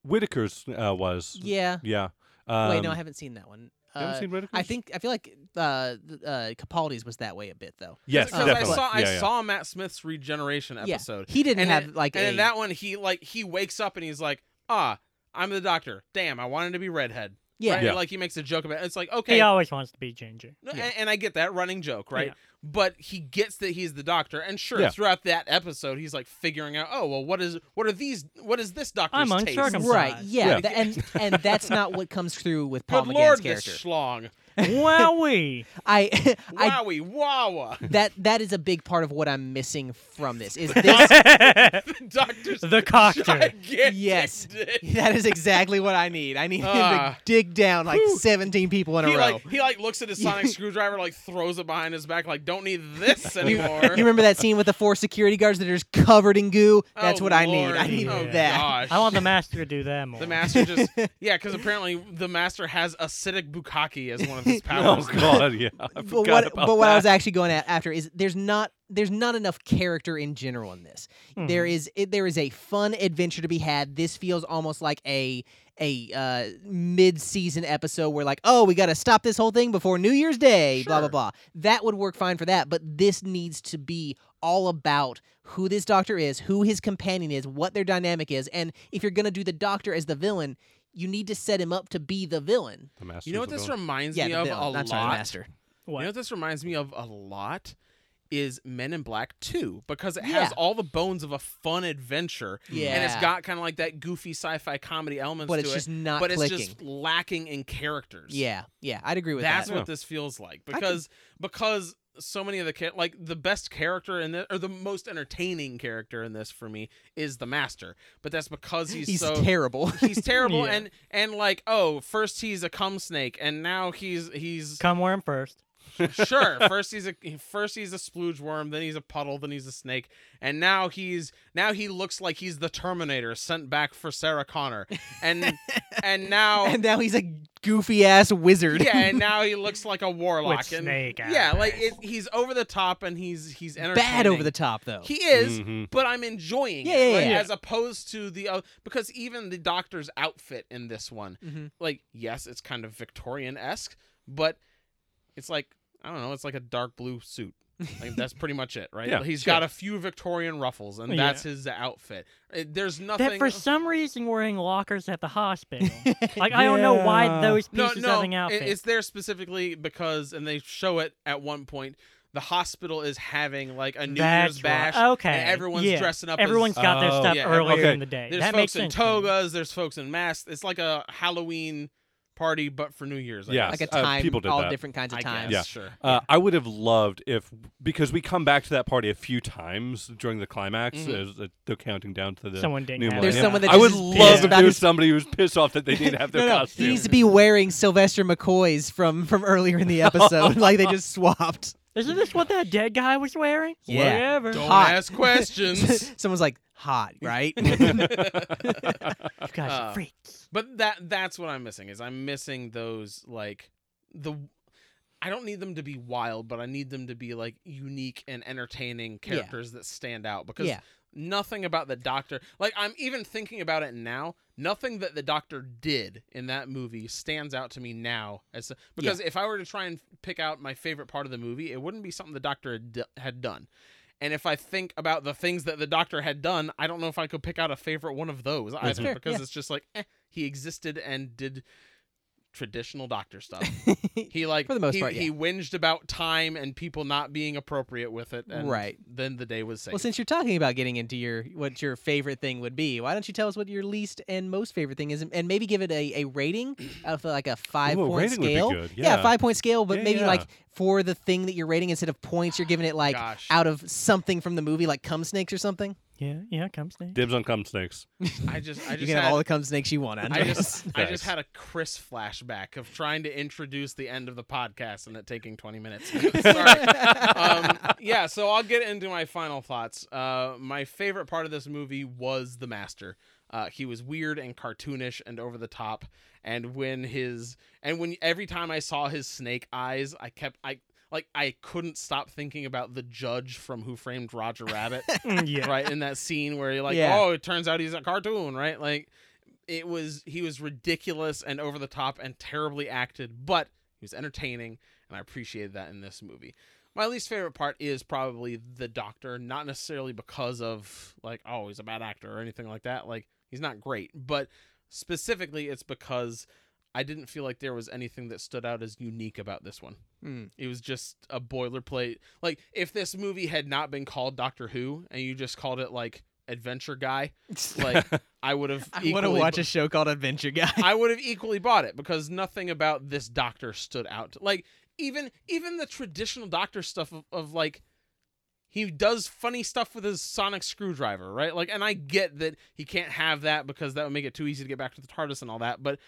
C: whitaker's uh was
B: yeah.
C: yeah um,
B: Wait, no, I haven't seen that one.
C: you haven't
B: Uh,
C: seen Whitaker's?
B: I think I feel like uh, th- uh, Capaldi's was that way a bit though.
C: yes
D: because I
C: definitely
D: saw I
C: yeah, yeah.
D: saw Matt Smith's regeneration
B: Yeah,
D: episode.
B: he didn't
D: and
B: have
D: in-
B: like
D: and in
B: a-
D: that one he like he wakes up and he's like, ah, I'm the doctor. Damn, I wanted to be redhead.
B: Yeah.
D: Right?
C: Yeah.
D: like he makes a joke about. It. It's like
A: He
D: okay,
A: always wants to be ginger.
D: No, a- and, I get that running joke, right?
A: Yeah.
D: But he gets that he's the doctor, and sure,
C: Yeah.
D: throughout that episode, he's like figuring out, oh well, what is what are these? What is this doctor's
A: I'm
D: taste?
A: uncircumcised.
B: Right. Yeah.
C: Yeah.
B: tha- and and that's not what comes through with Paul
D: Good
B: McGann's
D: lord, this
B: character.
D: schlong.
A: Wowee.
B: I, I
D: Wowie, wawa.
B: that that is a big part of what I'm missing from this. Is this?
D: The doctor's
A: The cocktail.
D: gigantic
B: yes,
D: dick.
B: that is exactly what I need. I need him to
D: Ah.
B: dig down like 17 people in a
D: He
B: row.
D: like he like looks at his sonic screwdriver, like throws it behind his back, like don't need this
B: you,
D: anymore.
B: you remember that scene with the four security guards that are just covered in goo? That's
D: Oh,
B: what I need.
D: Lord.
B: I need
D: oh,
B: that.
D: Gosh.
A: I want the master to do that more.
D: The master just yeah, because apparently the master has acidic bukkake as one of his powers.
C: Oh God, yeah. I
B: but
C: forgot
B: what
C: about
B: but what I was
C: that.
B: actually going at after is there's not there's not enough character in general in this.
D: Hmm.
B: There is it, there is a fun adventure to be had. This feels almost like a a uh, mid season episode where like oh we got to stop this whole thing before New Year's Day blah blah
D: Sure.
B: blah. That would work fine for that, but this needs to be all about who this doctor is, who his companion is, what their dynamic is, and if you're gonna do the doctor as the villain, you need to set him up to be the villain.
C: The master's
D: You know what
C: the
D: this
C: villain.
D: reminds
B: Yeah,
D: me
B: the
D: of
B: villain.
D: a
B: I'm
D: lot.
B: sorry, the master.
A: What?
D: You know what this reminds me of a lot is Men in Black 2 because it
B: Yeah.
D: has all the bones of a fun adventure and it's
B: Yeah.
D: got kind of like that goofy sci-fi comedy elements
B: But
D: to
B: it's
D: it,
B: just not
D: but
B: clicking.
D: it's just lacking in characters.
B: Yeah, yeah, I'd agree with
D: That's
B: that.
D: what
C: Yeah.
D: this feels like
B: can-
D: because because so many of the cha- like the best character in this or the most entertaining character in this for me is the master, but that's because he's,
B: He's
D: so
B: terrible.
D: he's terrible
A: Yeah.
D: and and like oh first he's a cum snake and now he's he's
A: Come worm first.
D: sure. First he's a first he's a splooge worm, then he's a puddle, then he's a snake, and now he's now he looks like he's the Terminator sent back for Sarah Connor, and and now
B: and now he's a goofy ass wizard.
D: yeah, and now he looks like a warlock
A: With
D: and
A: snake
D: yeah, like
A: eyes.
D: it, he's over the top and he's he's
B: bad over
D: entertaining.
B: the top though.
D: He is,
A: Mm.
C: Mhm.
D: but I'm enjoying
B: Yeah,
D: it
B: yeah,
D: like,
B: yeah.
D: as opposed to the uh, because even the doctor's outfit in this one,
B: Mhm.
D: like yes, it's kind of Victorian esque, but it's like I don't know, it's like a dark blue suit. Like that's pretty much it, right?
C: Yeah,
D: He's
C: sure.
D: got a few Victorian ruffles, and
A: Yeah.
D: that's his outfit. Uh, There's
A: That
D: nothing.
A: for some reason wearing lockers at the hospital. like I don't know why
C: Yeah.
A: those
D: no,
A: pieces
D: no,
A: of an
D: it-
A: outfit.
D: it's there specifically because, and they show it at one point. The hospital is having like a New
A: That's
D: Year's
A: right.
D: bash.
A: Okay.
D: and everyone's
A: yeah.
D: dressing up.
A: Everyone's
D: as,
A: got their
C: Oh.
A: stuff
D: Yeah,
A: earlier
C: okay.
A: in the day.
D: There's
A: that
D: folks
A: makes
D: in
A: sense. to me.
D: togas. There's folks in masks. It's like a Halloween party, but for New Year's. I
C: Yeah.
D: guess.
B: like a
C: Uh,
B: time,
C: people did
B: all
C: that.
B: different kinds of
D: I
B: times.
D: guess. Sure.
C: Uh, I would have loved if because we come back to that party a few times during the climax. as, uh, they're counting down to the
A: Someone didn't
C: new
A: have it.
C: millennium.
A: There's
B: Mm-hmm. someone that
C: I would
B: just is
C: love
A: pissed
C: if
B: about
C: there
B: his-
C: was somebody who was pissed off that they didn't have their
B: No, no,
C: costume.
B: he needs to be wearing Sylvester McCoy's from from earlier in the episode. like they just swapped.
A: Isn't this what that dead guy was wearing?
B: Yeah.
A: Whatever.
D: Don't
B: Hot.
D: ask questions.
B: Someone's like hot, right?
A: You guys are
D: Uh,
A: freaks.
D: but that that's what I'm missing is I'm missing those like the I don't need them to be wild, but I need them to be like unique and entertaining
B: Yeah.
D: characters that stand out because
B: Yeah.
D: nothing about the doctor like I'm even thinking about it now, nothing that the doctor did in that movie stands out to me now as because if I were to try and pick out my favorite part of the movie, it wouldn't be something the doctor had, d- had done. And if I think about the things that the doctor had done, I don't know if I could pick out a favorite one of those either
B: fair,
D: because
B: yeah.
D: it's just like eh, he existed and did traditional doctor stuff. He like
B: For the most
D: he,
B: part, yeah.
D: he whinged about time and people not being appropriate with it and
B: Right.
D: then the day was saved.
B: well, since you're talking about getting into your what your favorite thing would be, why don't you tell us what your least and most favorite thing is, and- and maybe give it a, a rating of like a five
C: Ooh, a
B: point
C: rating would be
B: scale?
C: good, yeah.
B: five point scale, but
C: Yeah,
B: maybe
C: yeah.
B: like for the thing that you're rating instead of points, you're giving it like
D: Gosh.
B: out of something from the movie, like cum snakes or something.
A: Yeah, yeah, come stay.
C: Dibs on cum snakes.
D: I just I
B: you
D: just
B: can
D: had,
B: have all the cum snakes you want.
D: I
B: Andres.
D: just I just
C: Nice.
D: had a Chris flashback of trying to introduce the end of the podcast and it taking 20 minutes. Sorry. um, yeah, so I'll get into my final thoughts. Uh, my favorite part of this movie was the master. Uh, he was weird and cartoonish and over the top. And when his and when every time I saw his snake eyes, I kept I like I couldn't stop thinking about the judge from Who Framed Roger Rabbit
A: Mm, yeah.
D: right in that scene where you're like
B: Yeah.
D: oh it turns out he's a cartoon right like it was he was ridiculous and over the top and terribly acted but he was entertaining and i appreciated that in this movie my least favorite part is probably the doctor not necessarily because of like oh he's a bad actor or anything like that like he's not great but specifically it's because i didn't feel like there was anything that stood out as unique about this one
B: Mm.
D: it was just a boilerplate. Like if this movie had not been called Doctor Who and you just called it like adventure guy, like I would have.
B: I want to watch a show called Adventure Guy.
D: I would have equally bought it because nothing about this doctor stood out. to- Like even even the traditional doctor stuff of, of like he does funny stuff with his sonic screwdriver, right? Like and I get that he can't have that because that would make it too easy to get back to the TARDIS and all that, but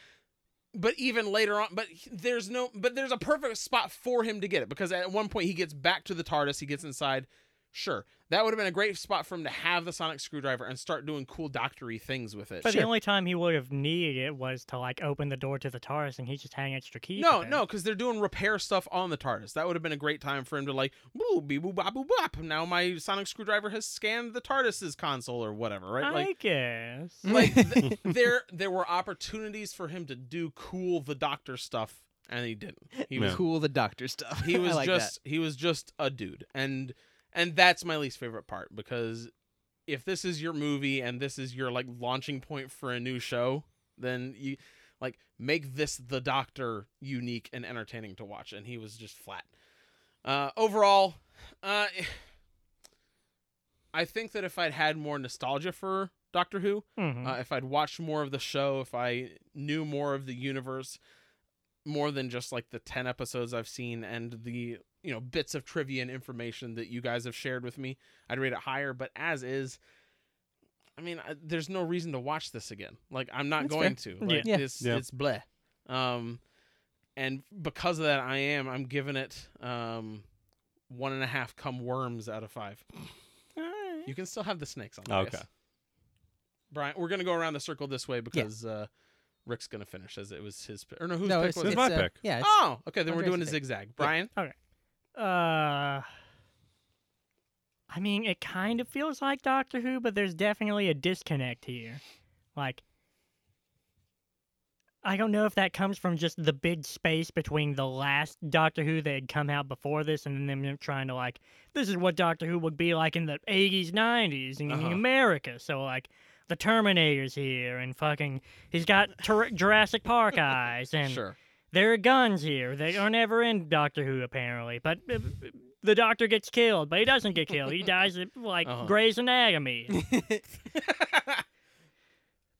D: but even later on, but he- there's no but there's a perfect spot for him to get it because at one point he gets back to the TARDIS, he gets inside Sure, that would have been a great spot for him to have the sonic screwdriver and start doing cool doctory things with it.
A: But the only time he would have needed it was to like open the door to the TARDIS, and he just hang extra keys.
D: No,
A: there.
D: no, because they're doing repair stuff on the TARDIS. That would have been a great time for him to like boo bee boo bop boo bop. Now my sonic screwdriver has scanned the TARDIS's console or whatever, right?
A: I
D: Like,
A: guess.
D: like th- there there were opportunities for him to do cool the Doctor stuff, and he didn't. He was
B: cool the doctor stuff.
D: he
B: I
D: was
B: like that.
D: just he was just a dude, and and that's my least favorite part because if this is your movie and this is your like launching point for a new show, then you like make this the doctor unique and entertaining to watch and he was just flat uh overall uh i think that if i'd had more nostalgia for doctor who
A: Mhm.
B: Mm-hmm.
D: uh, if I'd watched more of the show, if I knew more of the universe, more than just like the 10 episodes I've seen and the, you know, bits of trivia and information that you guys have shared with me, I'd rate it higher. But as is, I mean, I, there's no reason to watch this again. Like, I'm not
B: That's
D: going to. Like,
B: Yeah.
D: It's,
C: Yeah.
D: it's bleh. Um, and because of that, I am, I'm giving it, um, one and a half cum worms out of five. You can still have the snakes on. I
C: Okay.
D: guess. Brian, we're gonna go around the circle this way because uh, Rick's gonna finish as it was his. Pick. Or no, whose
B: no,
D: pick
B: it's,
D: was
C: it's
D: it?
C: my
B: uh,
C: pick.
B: yeah, it's,
D: Oh, okay. Then we're
B: Andreas'
D: doing a
B: pick.
D: zigzag. Brian,
A: Uh, I mean, it kind of feels like Doctor Who, but there's definitely a disconnect here. Like, I don't know if that comes from just the big space between the last Doctor Who that had come out before this and then them trying to, like, this is what Doctor Who would be like in the 80s, 90s in
D: Uh-huh.
A: America. So, like, the Terminator's here and fucking, he's got Tur- Jurassic Park eyes and
D: sure.
A: there are guns here. They are never in Doctor Who, apparently. But uh, the Doctor gets killed, but he doesn't get killed. He dies at, like
D: Uh-huh.
A: Grey's Anatomy.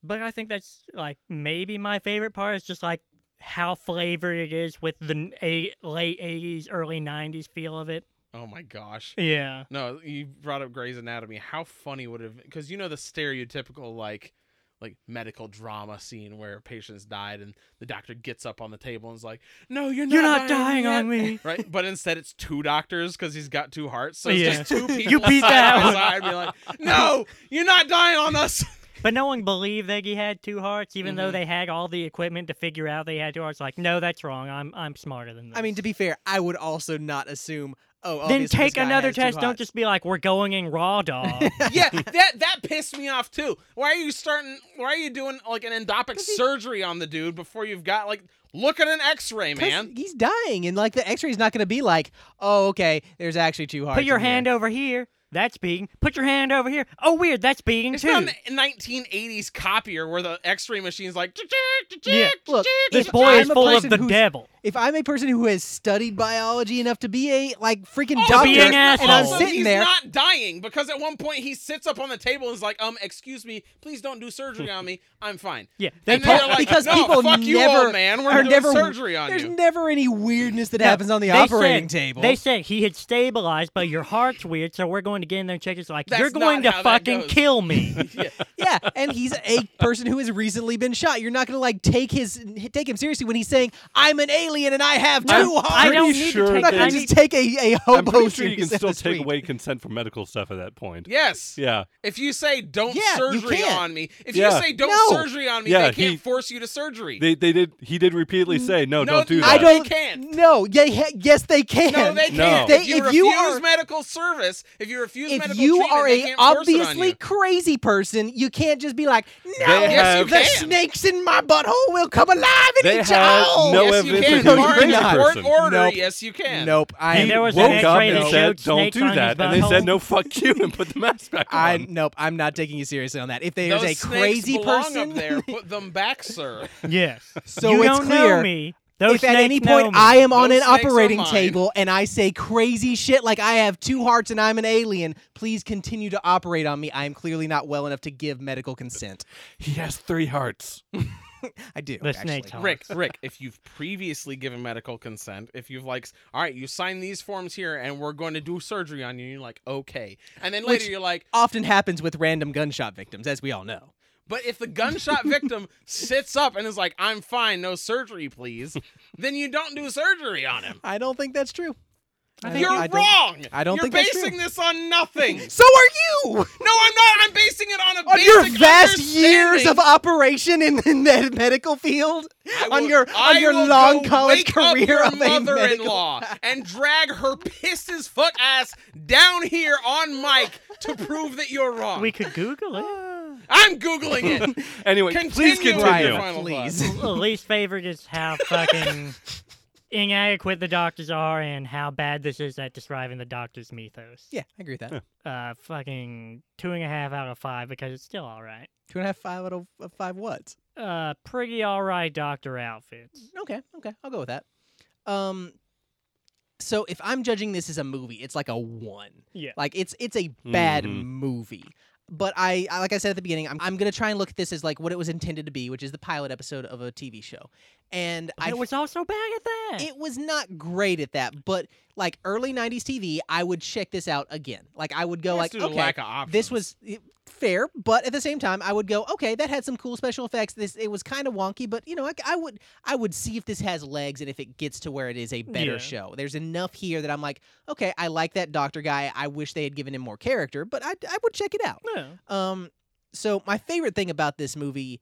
A: but I think that's like maybe my favorite part is just like how flavored it is with the n- a- late '80s, early '90s feel of it.
D: Oh my gosh.
A: Yeah.
D: No, you brought up Grey's Anatomy. How funny would it have because you know the stereotypical like like medical drama scene where patients died and the doctor gets up on the table and is like, "No, you're not.
A: You're not dying
D: yet."
A: on me.
D: Right, but instead it's two doctors because he's got two hearts, so it's
A: Yeah.
D: just two people.
A: You beat
D: side
A: that
D: by
A: one.
D: side Be like, no, you're not dying on us.
A: But no one believed that he had two hearts, even though
B: Mm-hmm.
D: Mhm.
A: they had all the equipment to figure out they had two hearts. Like, no, that's wrong. I'm I'm smarter than this.
B: I mean, to be fair, I would also not assume.
A: Ah!
B: Oh,
A: then
B: obviously this
A: take
B: guy
A: another
B: has two
A: test. Don't
B: hearts.
A: just be like, we're going in raw dog.
D: yeah, that that pissed me off too. Why are you starting? Why are you doing like an endopic surgery on the dude before you've got like look at an X-ray,
B: 'Cause
D: man?
B: He's dying, and like the X-ray is not going to be like, oh, okay, there's actually two hearts.
A: Put your
B: in here."
A: hand over here. That's beating. Put your hand over here. Oh, weird. That's beating
D: It's
A: too.
D: not a 1980s copier where the X-ray machine's like. "Chick, chick, chick,
A: Yeah.
D: chick,
B: Look,
D: chick,
A: this
D: chick,
A: boy
D: chick."
A: is
B: I'm a
A: full of
B: person
A: the
B: who's-
A: devil.
B: if I'm a person who has studied biology enough to be a like freaking
D: Oh,
B: doctor,
A: be an
B: and
A: asshole.
B: I'm
D: Also,
B: sitting
D: he's
B: there,
D: not dying because at one point he sits up on the table and is like, "Um, excuse me, please don't do surgery on me. I'm fine."
A: Yeah,
D: They
A: they
D: and then
A: told-
D: they're like,
B: because
D: "No,
B: people
D: fuck
B: never
D: you, old man. We're
B: are
D: doing
B: never
D: surgery on
B: There's
D: you."
B: never any weirdness that
A: No,
B: happens on the
A: they
B: operating
A: said-
B: table.
A: They said he had stabilized, but your heart's weird, so we're going to get in there and check. It's like
D: That's
A: you're going to
D: not how that
A: fucking
D: goes.
A: kill me.
D: yeah.
B: yeah, and he's a person who has recently been shot. You're not going to like take his take him seriously when he's saying, "I'm an alien and I have two
A: I'm-
B: hearts."
A: I don't
C: pretty
A: need
C: sure
A: to take.
C: that-
A: I
B: I
C: is-
A: need.
B: just take a, a
C: I'm
B: hobo
C: pretty sure you
B: who's
C: can
B: in the
C: still take
B: street.
C: away consent for medical stuff at that point.
D: Yes.
C: Yeah.
D: If you say don't
B: Yeah, you
D: surgery
B: can't.
D: on me, if
C: Yeah.
D: you say don't
B: No.
D: surgery on me,
C: Yeah,
D: they can't
C: he-
D: force you to surgery.
C: They they did he did repeatedly say no,
D: no,
C: don't do that.
B: Mm. I don't.
D: They can't.
B: No. Yeah. he- Yes, they can.
D: no, they
C: No.
D: can't.
B: They-
D: if you
B: if
D: refuse
B: you are-
D: medical service, if you refuse
B: if
D: medical
B: you
D: treatment,
B: are
D: they
B: a
D: can't force it on
B: obviously
D: you.
B: crazy person, you can't just be like, no,
C: They have-
B: the
D: Yes, you can.
B: snakes in my butthole will come alive and
C: They
B: eat
C: had
B: your hole."
C: no
D: yes, you can.
C: evidence
B: that he was a
D: Barring
B: crazy
D: court
C: person.
D: order,
B: Nope.
D: yes, you can.
B: Nope. I
A: And there was an
C: woke up
A: X-ray
C: and
A: that
C: said,
A: showed
C: "Don't
A: snakes
C: do
A: on his
C: that," and they said,
A: butthole.
C: "No, fuck you," and put the mask back on.
B: I nope. I'm not taking you seriously on that. If there's
D: Those
B: a
D: snakes
B: crazy
D: belong
B: person,
D: up there. Put them back, sir.
A: Yes.
B: so
A: you
B: it's
A: don't
B: clear.
A: know me. Those
B: if at any
A: snakes know
B: point
A: me.
B: I am on
D: Those
B: an
D: snakes are
B: operating
D: mine.
B: table and I say crazy shit like I have two hearts and I'm an alien, please continue to operate on me. I am clearly not well enough to give medical consent.
C: He has three hearts.
B: I do.
A: The
B: actually.
A: snake
D: Rick, Rick, if you've previously given medical consent, if you've like, s- all right, you sign these forms here, and we're going to do surgery on you, and you're like, okay, and then later
B: Which-
D: you're like,
B: Often happens with random gunshot victims, as we all know.
D: but if the gunshot victim sits up and is like, I'm fine, no surgery, please, then you don't do surgery on him.
B: I don't think that's true. I think-
D: You're
B: I don't-
D: wrong.
B: I don't
D: You're
B: think that's true.
D: basing this on nothing.
B: So are you!
D: no, I'm not. I'm basing it on a
B: on
D: basic
B: your vast years
D: understanding.
B: of operation in the med- medical field,
D: I
B: on
D: will-
B: your
D: I
B: on your
D: will
B: long
D: go
B: college
D: wake
B: career
D: up your
B: of a medical.
D: mother-in-law and drag her pisses foot ass down here on mic to prove that you're wrong.
A: We could Google it.
D: I'm googling it.
C: Anyway, please
D: Continue.
C: continue.
D: Right.
B: Ryan,
D: Final
B: please.
D: thoughts.
A: the least favorite is how fucking inadequate the doctors are and how bad this is at describing the doctor's mythos.
B: yeah, I agree with that.
A: Uh, fucking two and a half out of five because it's still all right.
B: Two and a half, five out of of five what?
A: Uh, pretty all right doctor outfits.
B: Okay, okay, I'll go with that. Um, so if I'm judging this as a movie, it's like a one.
A: Yeah.
B: Like it's it's a bad
A: Mm-hmm.
C: Mhm.
B: movie. But I, I, like I said at the beginning, I'm, I'm gonna try and look at this as like what it was intended to be, which is the pilot episode of a TV show. And
A: But
B: I
A: it was also bad at that.
B: it was not great at that, but like early '90s TV, I would check this out again. Like I would go
D: Yes,
B: like,
D: due to
B: okay,
D: lack of options.
B: this was eh, fair, but at the same time, I would go, okay, that had some cool special effects. This it was kind of wonky, but you know, I, I would I would see if this has legs and if it gets to where it is a better
A: Yeah.
B: show. There's enough here that I'm like, okay, I like that doctor guy. I wish they had given him more character, but I I would check it out.
A: no.
B: Um, so my favorite thing about this movie,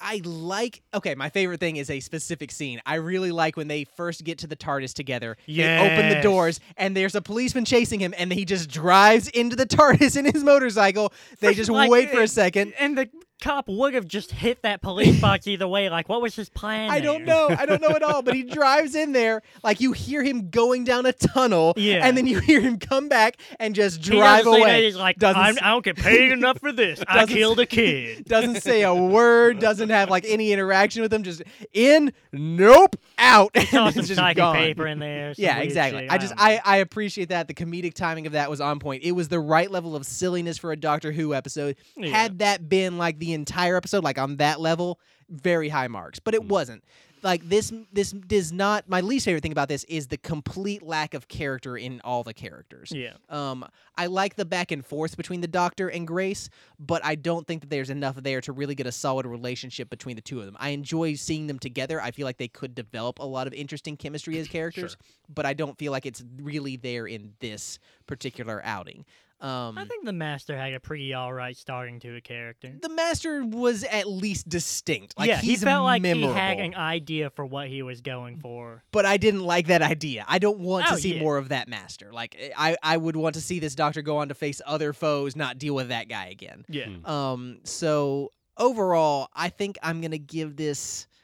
B: I like. Okay, my favorite thing is a specific scene. I really like when they first get to the TARDIS together. They open the
A: Yes.
B: doors, and there's a policeman chasing him, and he just drives into the TARDIS in his motorcycle. They just
A: Like,
B: wait for
A: eh,
B: a second.
A: And the cop would have just hit that police box either way. Like, what was his plan?
B: I don't
A: there?
B: know. I don't know at all. But he drives in there, like you hear him going down a tunnel,
A: Yeah.
B: and then you hear him come back and just
A: He
B: drive
A: doesn't say that,
B: away.
A: He's like,
B: Doesn't
A: I'm,
B: s-
A: I don't get paid enough for this. I
B: Doesn't s-
A: killed a kid.
B: doesn't say a word, doesn't have like any interaction with them, just in, nope, out. and
A: Saw
B: it's
A: some
B: just
A: psychic
B: gone.
A: paper in there. some
B: Yeah,
A: weird
B: exactly.
A: shit. Um,
B: I just
A: don't know.
B: I, I appreciate that. The comedic timing of that was on point. It was the right level of silliness for a Doctor Who episode.
A: Yeah.
B: Had that been like the entire episode, like on that level, very high marks. But
A: Mm.
B: it wasn't. Like this this does not my least favorite thing about this is the complete lack of character in all the characters.
A: Yeah.
B: Um, I like the back and forth between the Doctor and Grace, but I don't think that there's enough there to really get a solid relationship between the two of them. I enjoy seeing them together. I feel like they could develop a lot of interesting chemistry as characters, but I don't feel like it's really there in this particular outing. Um,
A: I think the master had a pretty all right starting to a character.
B: the Master was at least distinct. Like
A: yeah,
B: he's
A: he felt like
B: memorable,
A: he had an idea for what he was going for.
B: but I didn't like that idea. I don't want
A: Oh,
B: to see
A: yeah.
B: more of that Master. Like I, I would want to see this Doctor go on to face other foes, not deal with that guy again.
A: Yeah.
C: Hmm.
B: Um, so overall, I think I'm gonna give this.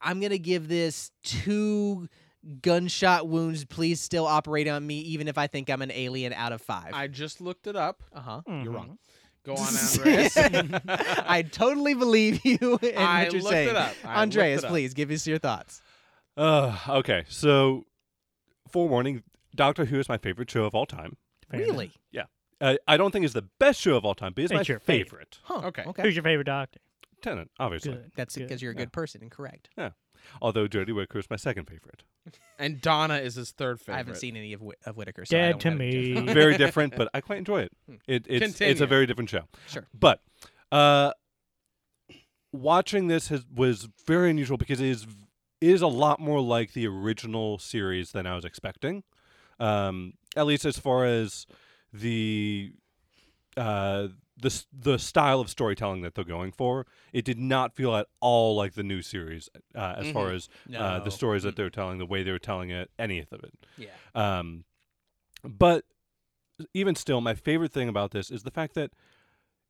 B: I'm gonna give this two gunshot wounds. Please still operate on me, even if I think I'm an alien. Out of five.
D: I just looked it up.
B: uh huh.
A: You're
D: wrong. Go on, Andreas.
B: I totally believe you in
D: I
B: what you're
D: looked
B: saying.
D: it up. I looked
B: Andreas,
D: it up.
B: please give us your thoughts.
C: Uh, okay, so forewarning, Doctor Who is my favorite show of all time.
B: really?
C: Uh, I don't think it's the best show of all time, but it's,
A: It's
C: my
A: your favorite.
C: favorite.
B: Huh.
D: Okay.
B: Okay.
A: Who's your favorite doctor?
C: Tenant, obviously.
A: Good.
B: That's
A: good.
B: because you're a good person and correct.
C: Although Jodie Whittaker is my second favorite.
D: and Donna is his third favorite.
B: I haven't seen any of, Whit- of Whitaker. So I
A: Dead
B: don't
A: to
B: have any judgment.
A: me.
C: Very different, but I quite enjoy it. It it's it's
D: Continue.
C: a very different show.
B: Hmm. Sure.
C: But uh, watching this has, was very unusual because it is v- is a lot more like the original series than I was expecting. Um, at least as far as the uh, the s- the style of storytelling that they're going for, it did not feel at all like the new series uh, as far as uh,
B: Mm-hmm. No. Mm-hmm.
C: the stories that they were telling, the way they were telling it, any of it.
B: Yeah.
C: Um, but even still, my favorite thing about this is the fact that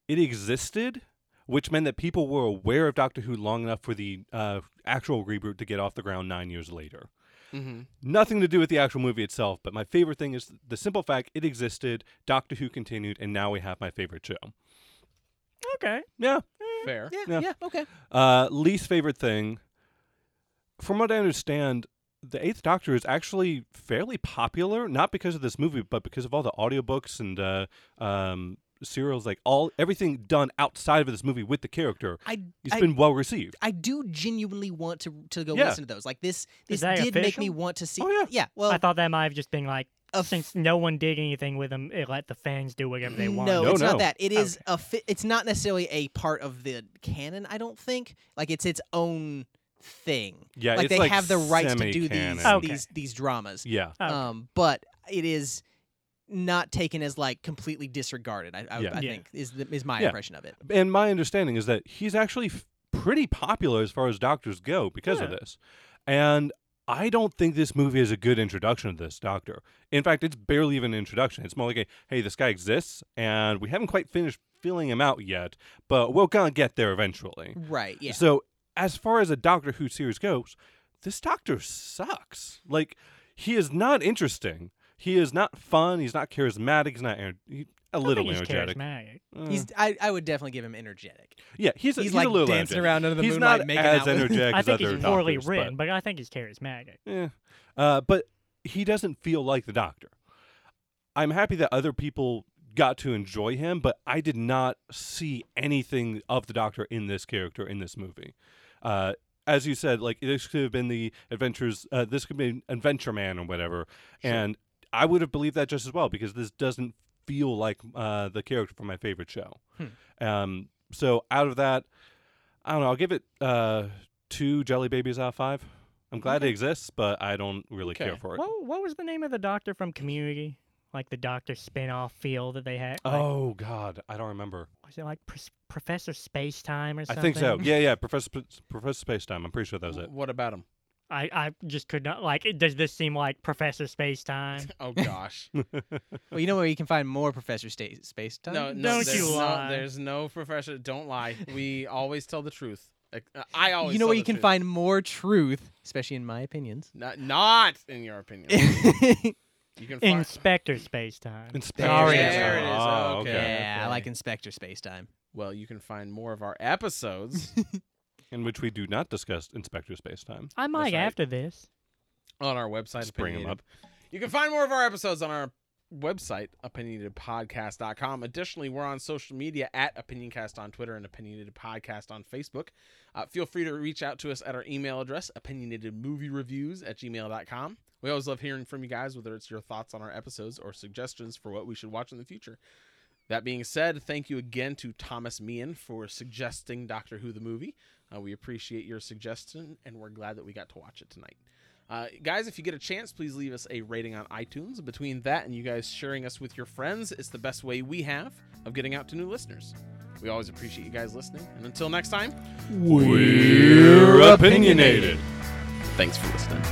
C: it existed, which meant that people were aware of Doctor Who long enough for the uh, actual reboot to get off the ground nine years later.
D: hmm
C: Nothing to do with the actual movie itself, but my favorite thing is the simple fact it existed, Doctor Who continued, and now we have my favorite show.
A: Okay.
C: Yeah.
D: Fair.
B: Yeah,
C: Yeah.
B: yeah, okay.
C: Uh, least favorite thing. From what I understand, the Eighth Doctor is actually fairly popular, not because of this movie, but because of all the audiobooks and uh, um, serials, like all everything done outside of this movie with the character.
B: I,
C: It's
B: I,
C: been well received.
B: I do genuinely want to to go
C: Yeah.
B: listen to those. Like this, this
A: that
B: did make me
A: official?
B: want to see.
C: Oh, yeah.
B: well,
A: I thought that might have just been like
B: a f-
A: since no one did anything with them, it let the fans do whatever they want.
B: No,
C: No,
B: it's
C: Oh, no.
B: not that. It is a. Fi- it's not necessarily a part of the canon. I don't think. Like it's its own thing.
C: Yeah,
B: like
C: it's
B: they
C: like
B: have the rights to do these
C: semi-canon.
A: Okay.
B: these these dramas.
C: Yeah.
A: Okay.
B: Um, but it is not taken as like completely disregarded. I, I,
C: Yeah.
B: I
A: Yeah.
B: think is the, is my
C: Yeah.
B: impression of it.
C: And my understanding is that he's actually f- pretty popular as far as doctors go because of
A: Yeah.
C: this. And I don't think this movie is a good introduction to this doctor. In fact, it's barely even an introduction. It's more like a hey, this guy exists, and we haven't quite finished filling him out yet, but we're gonna get there eventually.
B: Right. Yeah.
C: So, as far as a Doctor Who series goes, this Doctor sucks. Like, he is not interesting. He is not fun. He's not charismatic. He's not ener- he, a
A: I
C: little
A: think he's
C: energetic.
A: charismatic.
C: Uh,
B: He's. I, I would definitely give him energetic.
C: yeah, he's a,
B: he's
C: he's,
B: like
C: a little
B: dancing
C: energetic.
B: around under the
C: he's
B: moonlight,
C: not
B: making
C: as
B: out with-
C: energetic
A: I
C: as
A: think
C: other
A: he's poorly
C: doctors,
A: written, but... I think he's charismatic.
C: But, eh. uh, but he doesn't feel like the Doctor. I'm happy that other people got to enjoy him, but I did not see anything of the Doctor in this character in this movie. Uh, as you said, like this could have been the adventures. Uh, this could be Adventure Man or whatever, and I would have believed that just as well because this doesn't feel like uh, the character from my favorite show. Um, so out of that, I don't know. I'll give it uh, two jelly babies out of five. I'm glad it exists, but I don't really care
D: Okay.
C: for it.
A: What, what was the name of the doctor from Community? Like the doctor spin-off feel that they had? Like,
C: Oh God, I don't remember.
A: Was it like Pres- Professor Space Time or
C: I
A: something?
C: think so. Yeah, yeah. Professor Sp- Professor Space Time. I'm pretty sure that was it.
D: W- What about him?
A: I, I just could not like. it- Does this seem like Professor Space Time?
D: Oh gosh.
B: Well, you know where you can find more Professor Sta- Space Time.
D: no, no,
A: Don't
D: there's
A: you
D: no,
A: lie.
D: There's no profession. Don't lie. We always tell the truth. Like, uh, I always.
B: you know
D: tell
B: where
D: the
B: you can
D: truth.
B: find more truth, especially in my opinions.
D: Not, not in your opinion. You can find.
A: Inspector Space Time.
C: Inspector
A: Sorry,
C: Space
A: there
C: Time.
D: it is.
C: Oh,
D: Okay.
B: yeah, I
D: okay.
B: like Inspector Space Time.
D: Well, you can find more of our episodes
C: In which we do not discuss Inspector Space Time.
A: I
D: right.
A: might after this.
D: on our website.
C: Just bring 'em
D: Opinionated.
C: up.
D: You can find more of our episodes on our website, opinionatedpodcast.com. Additionally, we're on social media at opinioncast on Twitter and opinionated podcast on Facebook. Uh, feel free to reach out to us at our email address, opinionatedmoviereviews at gmail.com. We always love hearing from you guys, whether it's your thoughts on our episodes or suggestions for what we should watch in the future. That being said, thank you again to Thomas Meehan for suggesting Doctor Who the movie. Uh, we appreciate your suggestion, and we're glad that we got to watch it tonight. Uh, guys, if you get a chance, please leave us a rating on iTunes. Between that and you guys sharing us with your friends, it's the best way we have of getting out to new listeners. We always appreciate you guys listening. And until next time,
C: We're opinionated.
D: thanks for listening.